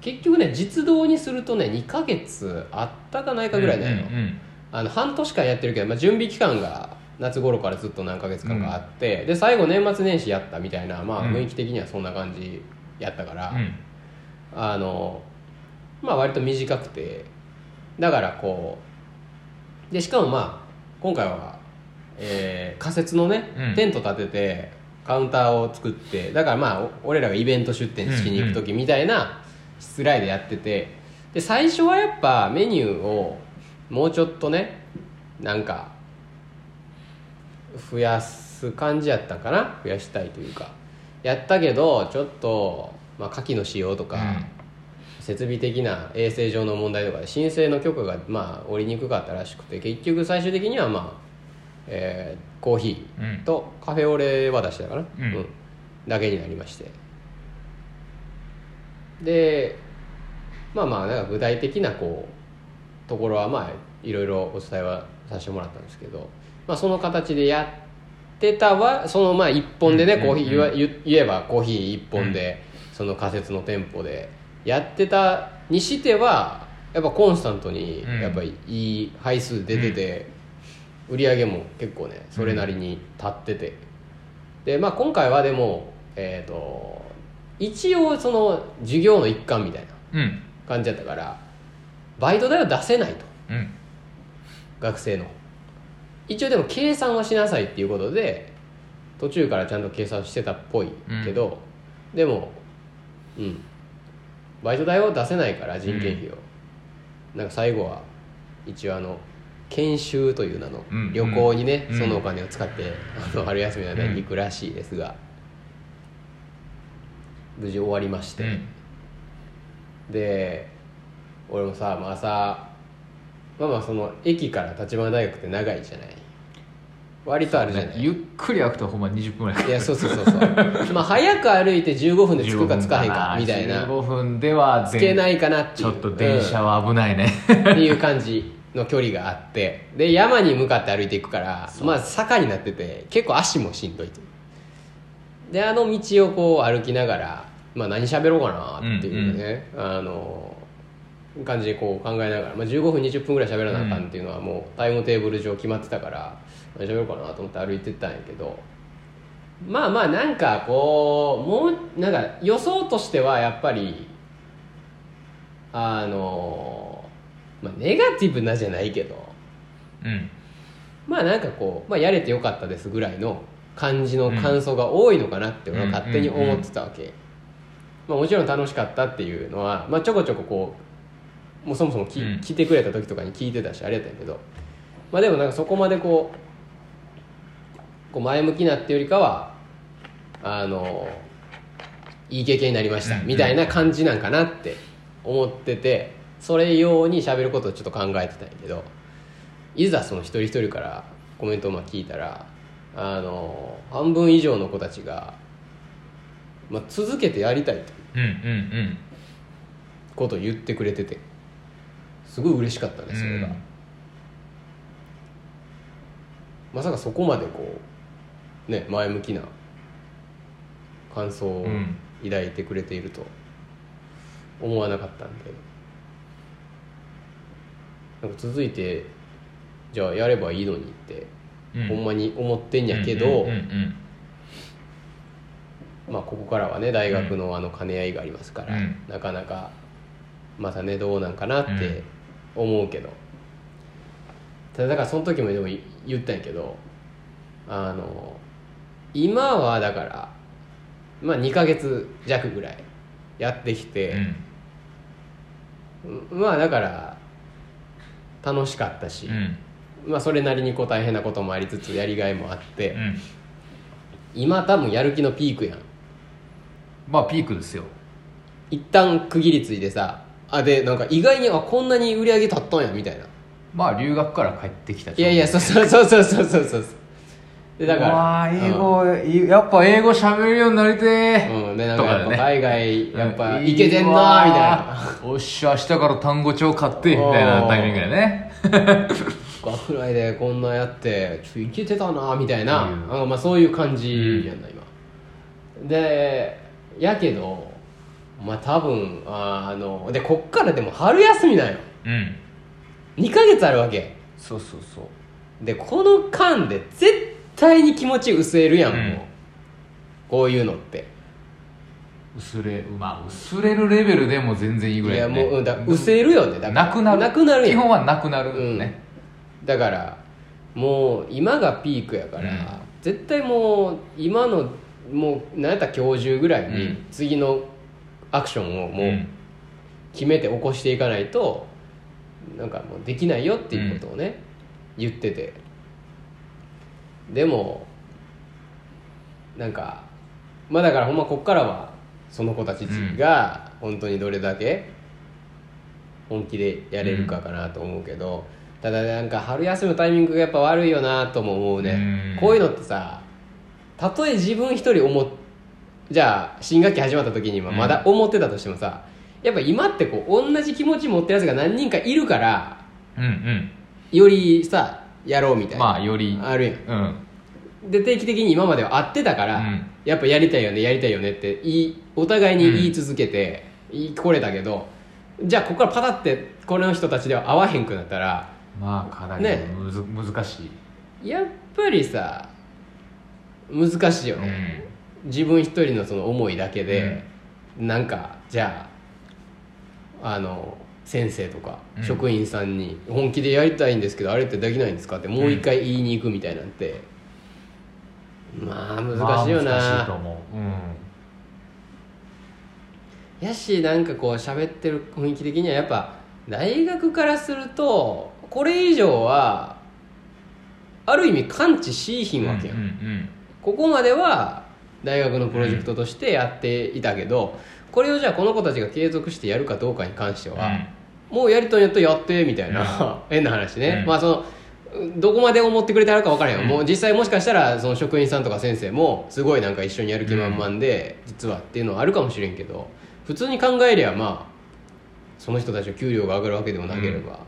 [SPEAKER 2] 結局ね実動にするとね2ヶ月あったかないかぐらいだよ、
[SPEAKER 1] うんうん
[SPEAKER 2] あの半年間やってるけど、まあ、準備期間が夏頃からずっと何ヶ月間かあって、で最後年末年始やったみたいな、まあ、
[SPEAKER 1] うん
[SPEAKER 2] 雰囲気的にはそんな感じやったから、
[SPEAKER 1] うん
[SPEAKER 2] あのまあ割と短くてだからこうでしかもまあ今回は、えー仮設のね、
[SPEAKER 1] うん
[SPEAKER 2] テント立ててカウンターを作ってだからまあお俺らがイベント出店しに行く時みたいなしつらいでやっててで最初はやっぱメニューをもうちょっとねなんか増やす感じやったかな増やしたいというかやったけどちょっと、まあ、牡蠣の使用とか、設備的な衛生上の問題とかで申請の許可がまあ下りにくかったらしくて結局最終的にはまあ、えーコーヒ
[SPEAKER 1] うんうん
[SPEAKER 2] ーとカフェオレは出したか
[SPEAKER 1] う
[SPEAKER 2] な、
[SPEAKER 1] ん
[SPEAKER 2] だけになりましてでまあまあなんか具体的なこうところはまあいろいろお伝えはさせてもらったんですけど、まあ、その形でやってたはそのまあ一本でね、
[SPEAKER 1] うんうんうん
[SPEAKER 2] コーヒー言わ言言えばコーヒー一本で、その仮設の店舗でやってたにしてはやっぱコンスタントに
[SPEAKER 1] うん
[SPEAKER 2] やっぱりいい配数出てて、売り上げも結構ねそれなりに立ってて、でまあ今回はでもえっ、と一応その授業の一環みたいな
[SPEAKER 1] うん
[SPEAKER 2] 感じだったからバイト代は出せないと
[SPEAKER 1] うん
[SPEAKER 2] 学生の一応でも計算はしなさいっていうことで途中からちゃんと計算してたっぽいけど、でもうんバイト代を出せないから人件費を、なんか最後は一応あの研修という名の
[SPEAKER 1] うん
[SPEAKER 2] 旅行にね、
[SPEAKER 1] うん
[SPEAKER 2] そのお金を使って、あの春休みの間に行くらしいですが、無事終わりまして、
[SPEAKER 1] うん
[SPEAKER 2] で俺もさ、まあ、朝まあまあその駅から立花大学って長いじゃない割とあるじゃない
[SPEAKER 1] ゆっくり開くとほんま20分ぐらい
[SPEAKER 2] いやそうそ うそうそうまあ早く歩いて15分で着くか着かへんかみたいな
[SPEAKER 1] 15分では
[SPEAKER 2] 着けないいかなってい
[SPEAKER 1] ち
[SPEAKER 2] う
[SPEAKER 1] ょっと電
[SPEAKER 2] う
[SPEAKER 1] 車は危ないね、
[SPEAKER 2] んっていう感じの距離があってで山に向かって歩いていくからまあ坂になってて結構足もしんどいというであの道をこう歩きながら、まあ、何喋ろうかなっていうね、あの感じでこう考えながら、まあ、15分20分ぐらい喋らなあかんっていうのはもうタイムテーブル上決まってたから何喋ろうかなと思って歩いてったんやけどまあまあなんかこうもうなんか予想としてはやっぱりあの、まあ、ネガティブなじゃないけど
[SPEAKER 1] うん
[SPEAKER 2] まあなんかこう、まあ、やれてよかったですぐらいの感じの感想が多いのかなって俺は勝手に思ってたわけ、まあ、もちろん楽しかったっていうのは、まあ、ちょこちょここうもうそもそもき、
[SPEAKER 1] うん
[SPEAKER 2] 聞いてくれた時とかに聞いてたしあれやったんやけど、まあ、でもなんかそこまでこうこう前向きなっていうよりかはあのいい経験になりました
[SPEAKER 1] うん
[SPEAKER 2] みたいな感じなんかなって思っててそれ用に喋ることをちょっと考えてたんやけどいざその一人一人からコメントをまあ聞いたらあの半分以上の子たちが、まあ、続けてやりたいという
[SPEAKER 1] うんうん
[SPEAKER 2] ことを言ってくれててすごい嬉しかった
[SPEAKER 1] う
[SPEAKER 2] ね
[SPEAKER 1] ん
[SPEAKER 2] それが、まさかそこまでこうね前向きな感想を
[SPEAKER 1] うん
[SPEAKER 2] 抱いてくれていると思わなかったんで、なんか続いてじゃあやればいいのにって、
[SPEAKER 1] うん
[SPEAKER 2] ほんまに思ってんやけど、
[SPEAKER 1] うんうんうん
[SPEAKER 2] まあ、ここからはね大学のあの兼ね合いがありますから、
[SPEAKER 1] うん
[SPEAKER 2] なかなかまたねどうなんかなっ
[SPEAKER 1] う
[SPEAKER 2] て
[SPEAKER 1] ん
[SPEAKER 2] 思うけど、ただだからその時もでもい言ったんやけどあの今はだから、まあ、2ヶ月弱ぐらいやってき
[SPEAKER 1] うん
[SPEAKER 2] て、まあだから楽しかったし、
[SPEAKER 1] うん
[SPEAKER 2] まあ、それなりにこう大変なこともありつつやりがいもあって、
[SPEAKER 1] うん
[SPEAKER 2] 今多分やる気のピークやん。
[SPEAKER 1] まあピークですよ
[SPEAKER 2] 一旦区切りついてさあでなんか意外にあこんなに売り上げ立ったんやみたいな
[SPEAKER 1] まあ留学から帰ってきた
[SPEAKER 2] いやいやそうそうそうそうそうそうそうでだから
[SPEAKER 1] うわー英語いやっぱ英語喋るようになりて
[SPEAKER 2] う
[SPEAKER 1] ー
[SPEAKER 2] ん、うん、でなんかやっ
[SPEAKER 1] と
[SPEAKER 2] ぱ
[SPEAKER 1] かだ
[SPEAKER 2] 海外やっぱ
[SPEAKER 1] うん
[SPEAKER 2] いけてんなーみたいな
[SPEAKER 1] わーおっしゃ明日から単語帳買ってみたいなタイミングやね
[SPEAKER 2] 学内でこんなやってちょっといけてたなーみたいな、
[SPEAKER 1] うん
[SPEAKER 2] うんまあ、そういう感じやんな今、でやけどまあ多分あーあのでこっからでも春休みなんよ
[SPEAKER 1] うん
[SPEAKER 2] 2ヶ月あるわけ
[SPEAKER 1] そうそうそう
[SPEAKER 2] でこの間で絶対に気持ち薄れるやん、
[SPEAKER 1] うん
[SPEAKER 2] もうこういうのって
[SPEAKER 1] 薄れまあ薄れるレベルでも全然いい
[SPEAKER 2] い
[SPEAKER 1] ぐらい
[SPEAKER 2] や
[SPEAKER 1] だね
[SPEAKER 2] もううんだ薄れるよねだから
[SPEAKER 1] なくなる
[SPEAKER 2] なくなるや
[SPEAKER 1] 基
[SPEAKER 2] ん
[SPEAKER 1] 本はなくなる
[SPEAKER 2] うん
[SPEAKER 1] ね
[SPEAKER 2] だからもう今がピークやから、
[SPEAKER 1] うん
[SPEAKER 2] 絶対もう今のもう何やったら今日中ぐらいうに
[SPEAKER 1] ん
[SPEAKER 2] 次のアクションをもう
[SPEAKER 1] うん
[SPEAKER 2] 決めて起こしていかないとなんかもうできないよっていうことをね、言っててでもなんかまあだからほんまこっからはその子たちが本当にどれだけ本気でやれるかかなと思うけど、ただなんか春休みのタイミングがやっぱ悪いよなとも思うね、
[SPEAKER 1] うん
[SPEAKER 2] こういうのってさたとえ自分一人思っじゃあ新学期始まった時には
[SPEAKER 1] うん
[SPEAKER 2] まだ思ってたとしてもさ、やっぱ今ってこう同じ気持ち持ってるやつが何人かいるから
[SPEAKER 1] うん
[SPEAKER 2] よりさやろうみ
[SPEAKER 1] う
[SPEAKER 2] たい
[SPEAKER 1] ん
[SPEAKER 2] な、
[SPEAKER 1] まあより
[SPEAKER 2] あるやん
[SPEAKER 1] うん
[SPEAKER 2] で定期的に今までは会ってたから、
[SPEAKER 1] うん
[SPEAKER 2] やっぱやりたいよねやりたいよねって言いお互いに言い続けて、言いこれたけどじゃあここからパタってこの人たちでは会わへんくなったら
[SPEAKER 1] まあかなり
[SPEAKER 2] ね
[SPEAKER 1] むず難しい
[SPEAKER 2] やっぱりさ難しいよ
[SPEAKER 1] う
[SPEAKER 2] ね、
[SPEAKER 1] ん
[SPEAKER 2] 自分一人のその思いだけで、なんかじゃああの先生とか
[SPEAKER 1] うん
[SPEAKER 2] 職員さんに「本気でやりたいんですけどあれってできないんですか?」ってもう一回言いに行くみたいなんて、まあ難しいよな、
[SPEAKER 1] まあ難しいと思う、うん、
[SPEAKER 2] やしなんかこう喋ってる雰囲気的にはやっぱ大学からするとこれ以上はある意味感知しいひんわけよ、
[SPEAKER 1] うんうん
[SPEAKER 2] ここまでは大学のプロジェクトとしてやっていたけど、これをじゃあこの子たちが継続してやるかどうかに関して
[SPEAKER 1] うん
[SPEAKER 2] は、もうやりとんやったらやってみたいな、 変な話ね、
[SPEAKER 1] うん
[SPEAKER 2] まあそのどこまで思ってくれてあるか分からへんよ、
[SPEAKER 1] うん
[SPEAKER 2] もう実際もしかしたらその職員さんとか先生もすごいなんか一緒にやる気満々で、実はっていうのはあるかもしれんけど普通に考えりゃまあその人たちの給料が上がるわけでもなければ、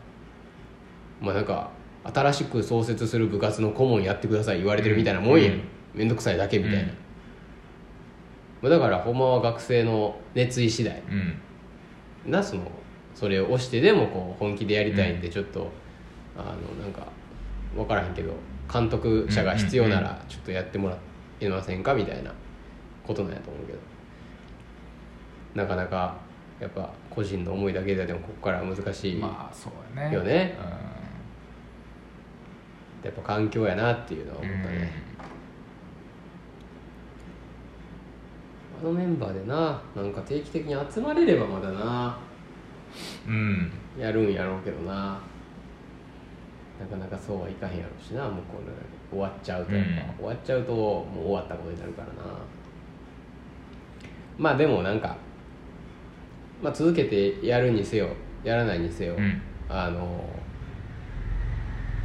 [SPEAKER 2] まあなんか新しく創設する部活の顧問やってください言われてるみたいなもんや、
[SPEAKER 1] うん
[SPEAKER 2] ん面倒くさいだけみたいな、
[SPEAKER 1] うん
[SPEAKER 2] まあだからほんまは学生の熱意次第
[SPEAKER 1] うん
[SPEAKER 2] なそのそれを押してでもこう本気でやりたいんでちょっと、あのなんか分からへんけど監督者が必要
[SPEAKER 1] うんう
[SPEAKER 2] な
[SPEAKER 1] ん
[SPEAKER 2] らちょっとやってもらえませんかみたいなことなんやと思うけどなかなかやっぱ個人の思いだけででもここからは難しい、
[SPEAKER 1] まあそうやね
[SPEAKER 2] よね
[SPEAKER 1] うん
[SPEAKER 2] やっぱ環境やなっていうのは思ったね、あのメンバーでななんか定期的に集まれればまだな
[SPEAKER 1] うん
[SPEAKER 2] やるんやろうけどななかなかそうはいかへんやろうしなもうこれ終わっちゃうとやっぱ、
[SPEAKER 1] うん
[SPEAKER 2] 終わっちゃうともう終わったことになるからなまあでもなんか、まあ、続けてやるにせよやらないにせよ、
[SPEAKER 1] うん
[SPEAKER 2] あの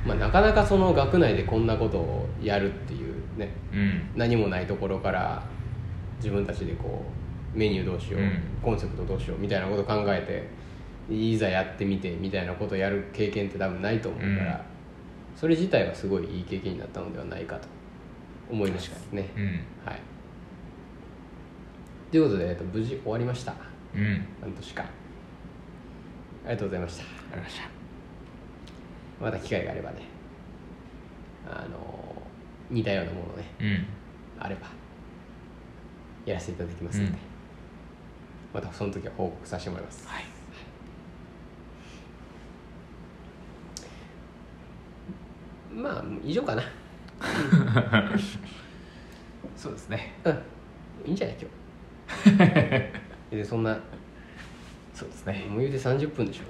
[SPEAKER 2] まあなかなかその学内でこんなことをやるっていうね
[SPEAKER 1] うん
[SPEAKER 2] 何もないところから自分たちでこうメニューどうしよう、
[SPEAKER 1] うん
[SPEAKER 2] コンセプトどうしようみたいなこと考えていざやってみてみたいなことをやる経験って多分ないと思うから、
[SPEAKER 1] うん
[SPEAKER 2] それ自体はすごいいい経験になったのではないかと思いましたね、
[SPEAKER 1] うん
[SPEAKER 2] はいということで、えっと、無事終わりました
[SPEAKER 1] うん
[SPEAKER 2] 半年間ありがとうございました
[SPEAKER 1] ありがとうございました
[SPEAKER 2] また機会があればねあの似たようなものをね
[SPEAKER 1] うん
[SPEAKER 2] あればやらせていただきますので、
[SPEAKER 1] うん
[SPEAKER 2] またその時は報告させてもらいます、
[SPEAKER 1] はい
[SPEAKER 2] まあ以上かな
[SPEAKER 1] そうですね
[SPEAKER 2] うんいいんじゃない今 日でそんな
[SPEAKER 1] そうですね
[SPEAKER 2] もう言うて30分でしょも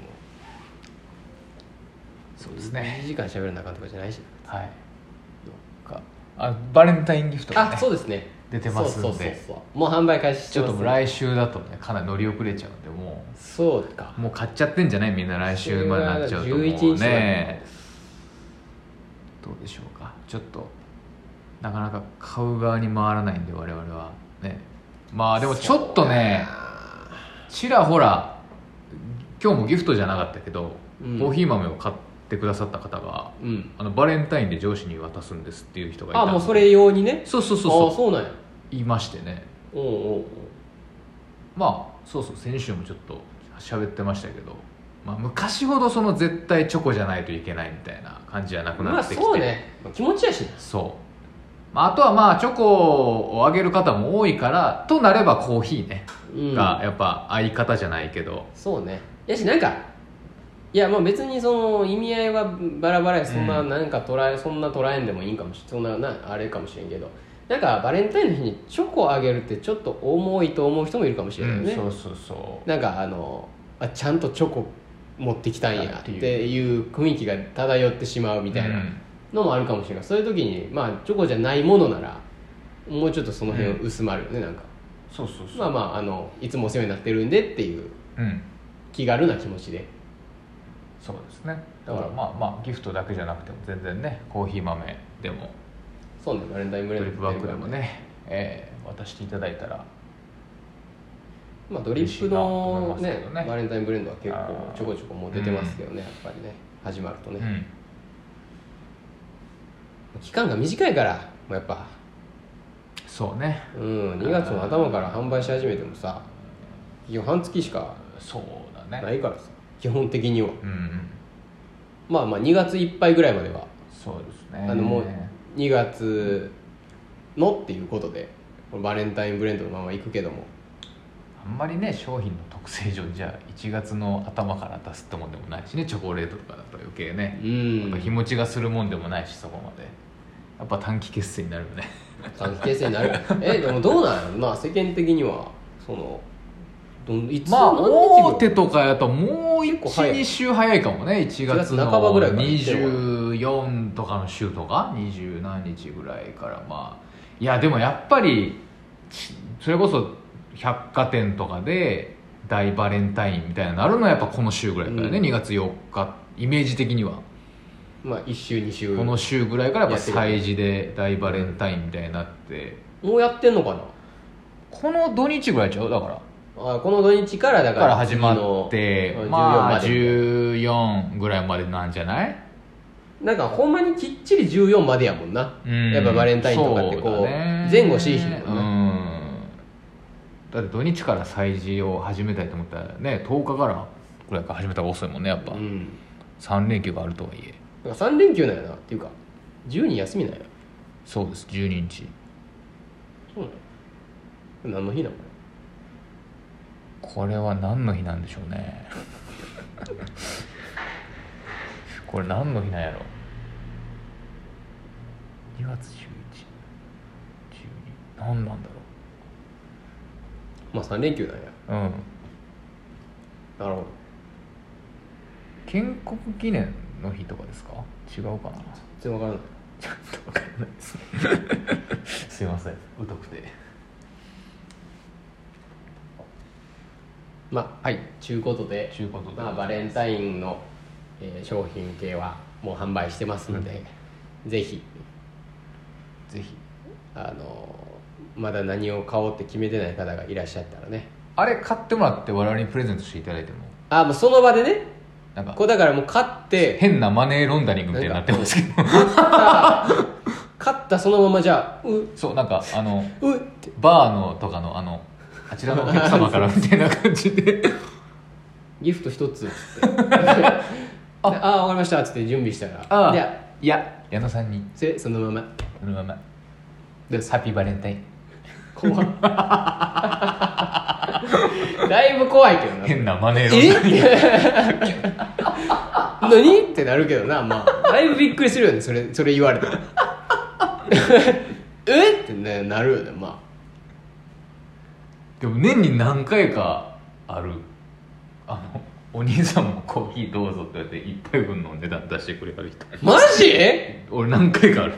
[SPEAKER 1] そうです
[SPEAKER 2] う1
[SPEAKER 1] ね
[SPEAKER 2] 時間喋らなあかんとかじゃないし
[SPEAKER 1] はい
[SPEAKER 2] なか
[SPEAKER 1] あバレンタインギフトが、
[SPEAKER 2] あ
[SPEAKER 1] ね、
[SPEAKER 2] そうですね
[SPEAKER 1] 出てますんで
[SPEAKER 2] そうそうそうそうもう販売開始し
[SPEAKER 1] ち
[SPEAKER 2] て
[SPEAKER 1] ょっ
[SPEAKER 2] ます
[SPEAKER 1] ともう来週だとねかなり乗り遅れちゃうんでも
[SPEAKER 2] そうか
[SPEAKER 1] うもう買っちゃってんじゃないみんな来週までなっちゃうと思うねどうでしょうかちょっとなかなか買う側に回らないんで我々はねまあでもちょっとねちらほら今日もギフトじゃなかったけど、
[SPEAKER 2] うん
[SPEAKER 1] コーヒー豆を買ってくださった方が
[SPEAKER 2] うん
[SPEAKER 1] あのバレンタインで上司に渡すんですっていう人がいた
[SPEAKER 2] あ
[SPEAKER 1] んで
[SPEAKER 2] もうそれ用にね
[SPEAKER 1] そうそうそう
[SPEAKER 2] あ
[SPEAKER 1] そう
[SPEAKER 2] そうなんや
[SPEAKER 1] 言いましてね
[SPEAKER 2] おうおう
[SPEAKER 1] まあそうそう先週もちょっと喋ってましたけど、まあ、昔ほどその絶対チョコじゃないといけないみたいな感じじゃな
[SPEAKER 2] おう
[SPEAKER 1] く
[SPEAKER 2] ま
[SPEAKER 1] な
[SPEAKER 2] あ
[SPEAKER 1] ってきて、
[SPEAKER 2] そうね、まあ、気持ちやしな
[SPEAKER 1] そうまあ、あとはまあチョコをあげる方も多いからとなればコーヒーね、
[SPEAKER 2] うん
[SPEAKER 1] がやっぱ相方じゃないけど
[SPEAKER 2] そうねやしなんかいやまあ別にその意味合いはバラバラやそんな
[SPEAKER 1] うん
[SPEAKER 2] なんか捉え、そんな捉えんでもいいんかもしそんななあれかもしれんけどなんかバレンタインの日にチョコあげるってちょっと重いと思う人もいるかもしれないよね、
[SPEAKER 1] うんそうそうそ
[SPEAKER 2] なんかあのあちゃんとチョコ持ってきたんや
[SPEAKER 1] っ
[SPEAKER 2] ってて
[SPEAKER 1] いう
[SPEAKER 2] いう雰囲気が漂ってしまう
[SPEAKER 1] う
[SPEAKER 2] みたい
[SPEAKER 1] うん
[SPEAKER 2] なのもあるかもしれないそういう時にまあチョコじゃないものならもうちょっとその辺薄まるよね、なんか
[SPEAKER 1] そうそうそう
[SPEAKER 2] まあまああのいつもお世話になってるんでっていう
[SPEAKER 1] うん
[SPEAKER 2] 気軽な気持ちで
[SPEAKER 1] そうですねだからまあまあギフトだけじゃなくても全然ねコーヒー豆でも
[SPEAKER 2] そうね、バレンタインブ
[SPEAKER 1] ド
[SPEAKER 2] レ
[SPEAKER 1] リ
[SPEAKER 2] ンド
[SPEAKER 1] ップバッグでもね、えー渡していただいたら
[SPEAKER 2] まあ、ドリッ
[SPEAKER 1] 嬉しい
[SPEAKER 2] プの、
[SPEAKER 1] なと思います
[SPEAKER 2] ね
[SPEAKER 1] けどね
[SPEAKER 2] バレンタインブレンドは結
[SPEAKER 1] あ
[SPEAKER 2] 構
[SPEAKER 1] ー
[SPEAKER 2] ちょこちょこもう出てますけどね、やっぱりね始まると
[SPEAKER 1] う
[SPEAKER 2] ね、
[SPEAKER 1] ん
[SPEAKER 2] 期間が短いからもうやっぱ、
[SPEAKER 1] そうね
[SPEAKER 2] うん、2月の頭から販売し始めてもさ基本半月しか
[SPEAKER 1] そうだ
[SPEAKER 2] な
[SPEAKER 1] ね
[SPEAKER 2] いからさ基本的には
[SPEAKER 1] うんうん
[SPEAKER 2] まあまあ2月いっぱいぐらいまでは
[SPEAKER 1] そうですね
[SPEAKER 2] あのもう2月のっていうことでこのバレンタインブレンドのまま行くけども
[SPEAKER 1] あんまりね商品の特性上じゃあ1月の頭から出すってもんでもないしねチョコレートとかだと余計ね
[SPEAKER 2] う
[SPEAKER 1] やっぱ日
[SPEAKER 2] ん
[SPEAKER 1] 持ちがするもんでもないしそこまでやっぱ短期決戦になるよね
[SPEAKER 2] 短期決戦 になるえでもどうなんまあ世間的にはそのどんいつ
[SPEAKER 1] まあ
[SPEAKER 2] 何日分
[SPEAKER 1] 大手とかやともう
[SPEAKER 2] 結構早い
[SPEAKER 1] 12週早いかもね1月
[SPEAKER 2] 1月
[SPEAKER 1] の
[SPEAKER 2] 半ばぐらいから
[SPEAKER 1] 24とかの週とか20何日ぐらいからまあいやでもやっぱりちそれこそ百貨店とかで大バレンタインみたいなのなるのはやっぱこの週ぐらいからね、
[SPEAKER 2] うん
[SPEAKER 1] 2月4日イメージ的には
[SPEAKER 2] まあ1週2週
[SPEAKER 1] この週ぐらいからやっぱ
[SPEAKER 2] やってるよね
[SPEAKER 1] 催事で大バレンタインみたいになって
[SPEAKER 2] もうやってんのかな
[SPEAKER 1] この土日ぐらいちゃうだから
[SPEAKER 2] あこの土日からだ
[SPEAKER 1] だ
[SPEAKER 2] か
[SPEAKER 1] からら始まって
[SPEAKER 2] 次の
[SPEAKER 1] まあ
[SPEAKER 2] 14まで
[SPEAKER 1] 14ぐらいまでなんじゃない
[SPEAKER 2] なんかほんまにきっちり14までやもんな、
[SPEAKER 1] うん
[SPEAKER 2] やっぱバレンタインとかってこう
[SPEAKER 1] そだね
[SPEAKER 2] 前後しいひんもんな
[SPEAKER 1] うんだって土日から催事を始めたいと思ったらね10日からぐらいから始めたら遅いもんねやっぱ、
[SPEAKER 2] うん
[SPEAKER 1] 三3連休があるとはいえ
[SPEAKER 2] なんか3連休なんやなっていうか10人休みなんや
[SPEAKER 1] そうです12日
[SPEAKER 2] そうなんや何の日なのこ
[SPEAKER 1] これは何の日なんでしょうね これ何の日なんやろ2月1112何なんだ
[SPEAKER 2] れまあ3連休なんや
[SPEAKER 1] ろううん
[SPEAKER 2] なるほど
[SPEAKER 1] 建国記念の日とかですか違うかな
[SPEAKER 2] 全然わからない
[SPEAKER 1] ちょっと分かんないですねすいません疎くて
[SPEAKER 2] まあはいちゅうことで
[SPEAKER 1] ちゅうことで
[SPEAKER 2] まあ、バレンタインの、えー商品系はもう販売してますので、ぜひ
[SPEAKER 1] ぜひ
[SPEAKER 2] あのーまだ何を買おうって決めてない方がいらっしゃったらね
[SPEAKER 1] あれ買ってもらって我々にプレゼントしていただいても
[SPEAKER 2] あもうその場でね
[SPEAKER 1] なんか
[SPEAKER 2] こうだからもう買って
[SPEAKER 1] 変なマネーロンダリングみたいになってますけど
[SPEAKER 2] 買ったそのままじゃあう
[SPEAKER 1] そうなんかあの
[SPEAKER 2] うって
[SPEAKER 1] バーのとかのあのあちらのお客様からみたいな感じで
[SPEAKER 2] ギフト一つ っつってああ分かりましたっつって準備したら
[SPEAKER 1] ああ
[SPEAKER 2] じゃあ
[SPEAKER 1] いや矢野さんに
[SPEAKER 2] せそのまま
[SPEAKER 1] このまま
[SPEAKER 2] です
[SPEAKER 1] ハッピーバレンタイン
[SPEAKER 2] 怖っ だいぶ怖いけどな
[SPEAKER 1] 変なマネーロンダリング
[SPEAKER 2] え 何ってなるけどなまあだいぶびっくりするよねそれそれ言われたら えって、ね、なるよねま
[SPEAKER 1] でも年に何回かあるあのお兄さんもコーヒーどうぞって言われて一杯分の値段出してくれはる人
[SPEAKER 2] あマジ
[SPEAKER 1] 俺何回かある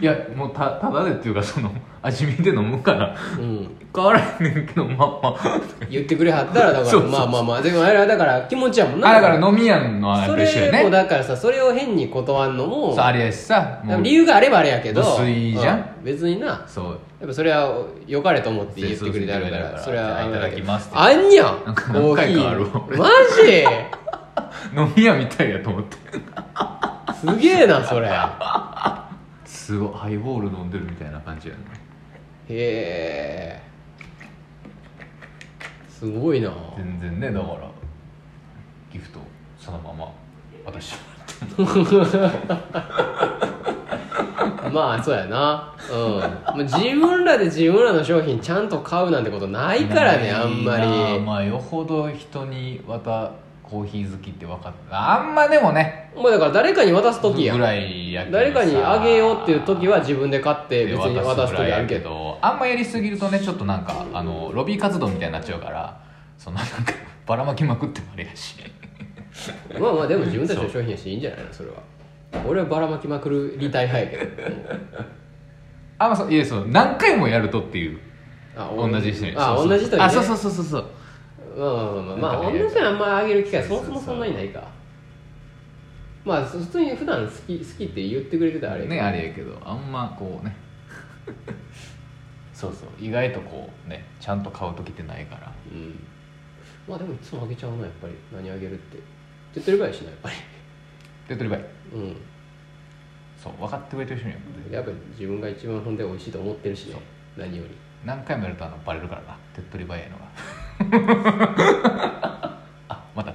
[SPEAKER 1] いやもうたただでっていうかその味見で飲むから
[SPEAKER 2] うん
[SPEAKER 1] 変わらへんねんけどまあまあ
[SPEAKER 2] 言ってくれはったらだから
[SPEAKER 1] そうそうそう
[SPEAKER 2] まあまあまあでもあれはだから気持ちやもんな
[SPEAKER 1] あだから飲み屋のあれ
[SPEAKER 2] そ
[SPEAKER 1] と一緒
[SPEAKER 2] れ
[SPEAKER 1] や
[SPEAKER 2] も
[SPEAKER 1] ね
[SPEAKER 2] だからさそれを変に断んのも
[SPEAKER 1] そうあれやしさもう
[SPEAKER 2] 理由があればあれやけど
[SPEAKER 1] 無粋じゃん
[SPEAKER 2] う別にな
[SPEAKER 1] そう
[SPEAKER 2] やっぱそれは良かれと思って言ってくれてあるから
[SPEAKER 1] そそ
[SPEAKER 2] そう
[SPEAKER 1] う
[SPEAKER 2] れ
[SPEAKER 1] 言ってくれてあるからじゃあいた
[SPEAKER 2] は
[SPEAKER 1] だきますって
[SPEAKER 2] あんにゃん
[SPEAKER 1] なんか
[SPEAKER 2] コ
[SPEAKER 1] 何
[SPEAKER 2] ーヒ
[SPEAKER 1] 回
[SPEAKER 2] ー
[SPEAKER 1] かあるわ俺
[SPEAKER 2] マジ
[SPEAKER 1] 飲み屋みたいやと思って
[SPEAKER 2] すげえなそれへ
[SPEAKER 1] すごいハイボール飲んでるみたいな感じやね
[SPEAKER 2] えすごいな
[SPEAKER 1] 全然ねだからギフトそのまま渡してもらって
[SPEAKER 2] まあそうやなうんまあ自分らで自分らの商品ちゃんと買うなんてことないからねあんま
[SPEAKER 1] ないな
[SPEAKER 2] り
[SPEAKER 1] まあよほど人にたコーヒー好きって分かったあんまでもね
[SPEAKER 2] もうだから誰かに渡す時や
[SPEAKER 1] ぐらいやけどさ
[SPEAKER 2] 誰かにあげようっていう時は自分で買って
[SPEAKER 1] で
[SPEAKER 2] 別に渡す
[SPEAKER 1] ぐら
[SPEAKER 2] 時
[SPEAKER 1] い
[SPEAKER 2] あ
[SPEAKER 1] や
[SPEAKER 2] るけど
[SPEAKER 1] あんまやりすぎるとねちょっとなんかあのロビー活動みたいになっちゃうからそのなんか ばらまきまくってもあれやし
[SPEAKER 2] まあまあでも自分たちの商品やしいいんじゃないのそれは俺はばらまきまくるリタイ派やけど
[SPEAKER 1] あまあそういやそう何回もやるとっていう
[SPEAKER 2] あ
[SPEAKER 1] 同じ人に
[SPEAKER 2] あ
[SPEAKER 1] そうそう
[SPEAKER 2] 同じ人にね
[SPEAKER 1] あそうそうそうそうそう
[SPEAKER 2] まあまあまあまあ、ま
[SPEAKER 1] なん
[SPEAKER 2] あ、
[SPEAKER 1] かね
[SPEAKER 2] 同じ人にあんまりあげる機会そ
[SPEAKER 1] そう
[SPEAKER 2] も
[SPEAKER 1] そうそう
[SPEAKER 2] そもそんなにないかまあ普通に普段好き好きって言ってくれてたらあれやけど
[SPEAKER 1] ねあれやけどあんまこうね そうそう意外とこうねちゃんと買う時ってないから
[SPEAKER 2] うんまあでもいつもあげちゃうなやっぱり何あげるって手っ取り早いしなやっぱり
[SPEAKER 1] 手取りばい
[SPEAKER 2] うん
[SPEAKER 1] そう分かってくれてる人には
[SPEAKER 2] やっぱり自分が一番ほんで美味しいと思ってるしね何より
[SPEAKER 1] 何回もやるとあのバレるからな手っ取り早いのが あまた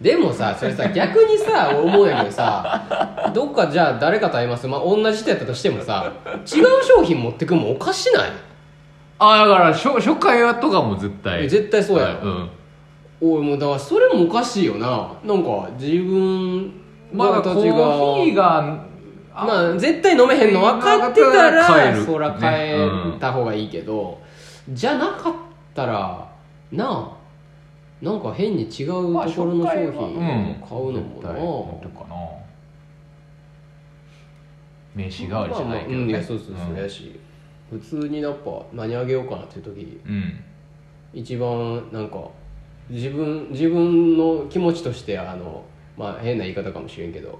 [SPEAKER 2] でもさそれ さ逆にさ俺思うんやけどさどっかじゃあ誰かと会いますまあ同じ人やったとしてもさ違う商品持ってくんもおかしない
[SPEAKER 1] あだから初初回はとかも絶対
[SPEAKER 2] 絶対そうやろ、
[SPEAKER 1] ん
[SPEAKER 2] おいもうだからそれもおかしいよななんか自分
[SPEAKER 1] まだコーヒーがあ
[SPEAKER 2] まあ絶対飲めへんの分かってたら
[SPEAKER 1] 帰る
[SPEAKER 2] そら
[SPEAKER 1] ねう
[SPEAKER 2] 変
[SPEAKER 1] ん
[SPEAKER 2] えた方がいいけど、じゃなかったらなあなんか変に違うところ
[SPEAKER 1] まあ
[SPEAKER 2] の商品を買うのもな、
[SPEAKER 1] 絶対な名刺代わりじゃないけど、ね
[SPEAKER 2] うんいやそうそうそう、やし普通にやっぱ何あげようかなっていう時
[SPEAKER 1] うん
[SPEAKER 2] 一番なんか自分自分の気持ちとしてあのまあ変な言い方かもしれんけど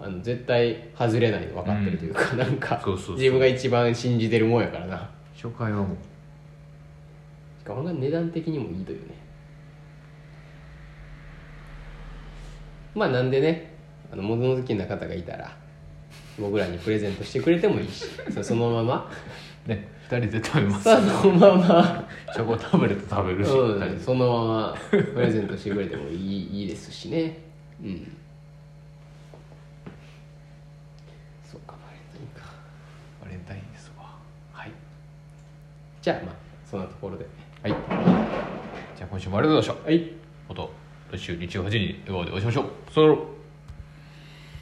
[SPEAKER 2] あの絶対外れないの分かってるというか、なんか
[SPEAKER 1] そうそうそう
[SPEAKER 2] 自分が一番信じてるもんやからな
[SPEAKER 1] 初回はもう
[SPEAKER 2] しかも案外値段的にもいいというねまあなんでねあの物好きな方がいたら僕らにプレゼントしてくれてもいいしそその まま
[SPEAKER 1] ね二人で食べます
[SPEAKER 2] そのまま
[SPEAKER 1] チョコタブレット食べるし、
[SPEAKER 2] う
[SPEAKER 1] 二人
[SPEAKER 2] ん、
[SPEAKER 1] で
[SPEAKER 2] そのままプレゼントしてくれてもいいいいですしねうんそうかバレンタインか
[SPEAKER 1] バレンタインですわはい
[SPEAKER 2] じゃあまあそんなところで
[SPEAKER 1] はいじゃあ今週もありがとうございました
[SPEAKER 2] はい
[SPEAKER 1] また来週日曜8時に笑顔でお会いしましょうさよなら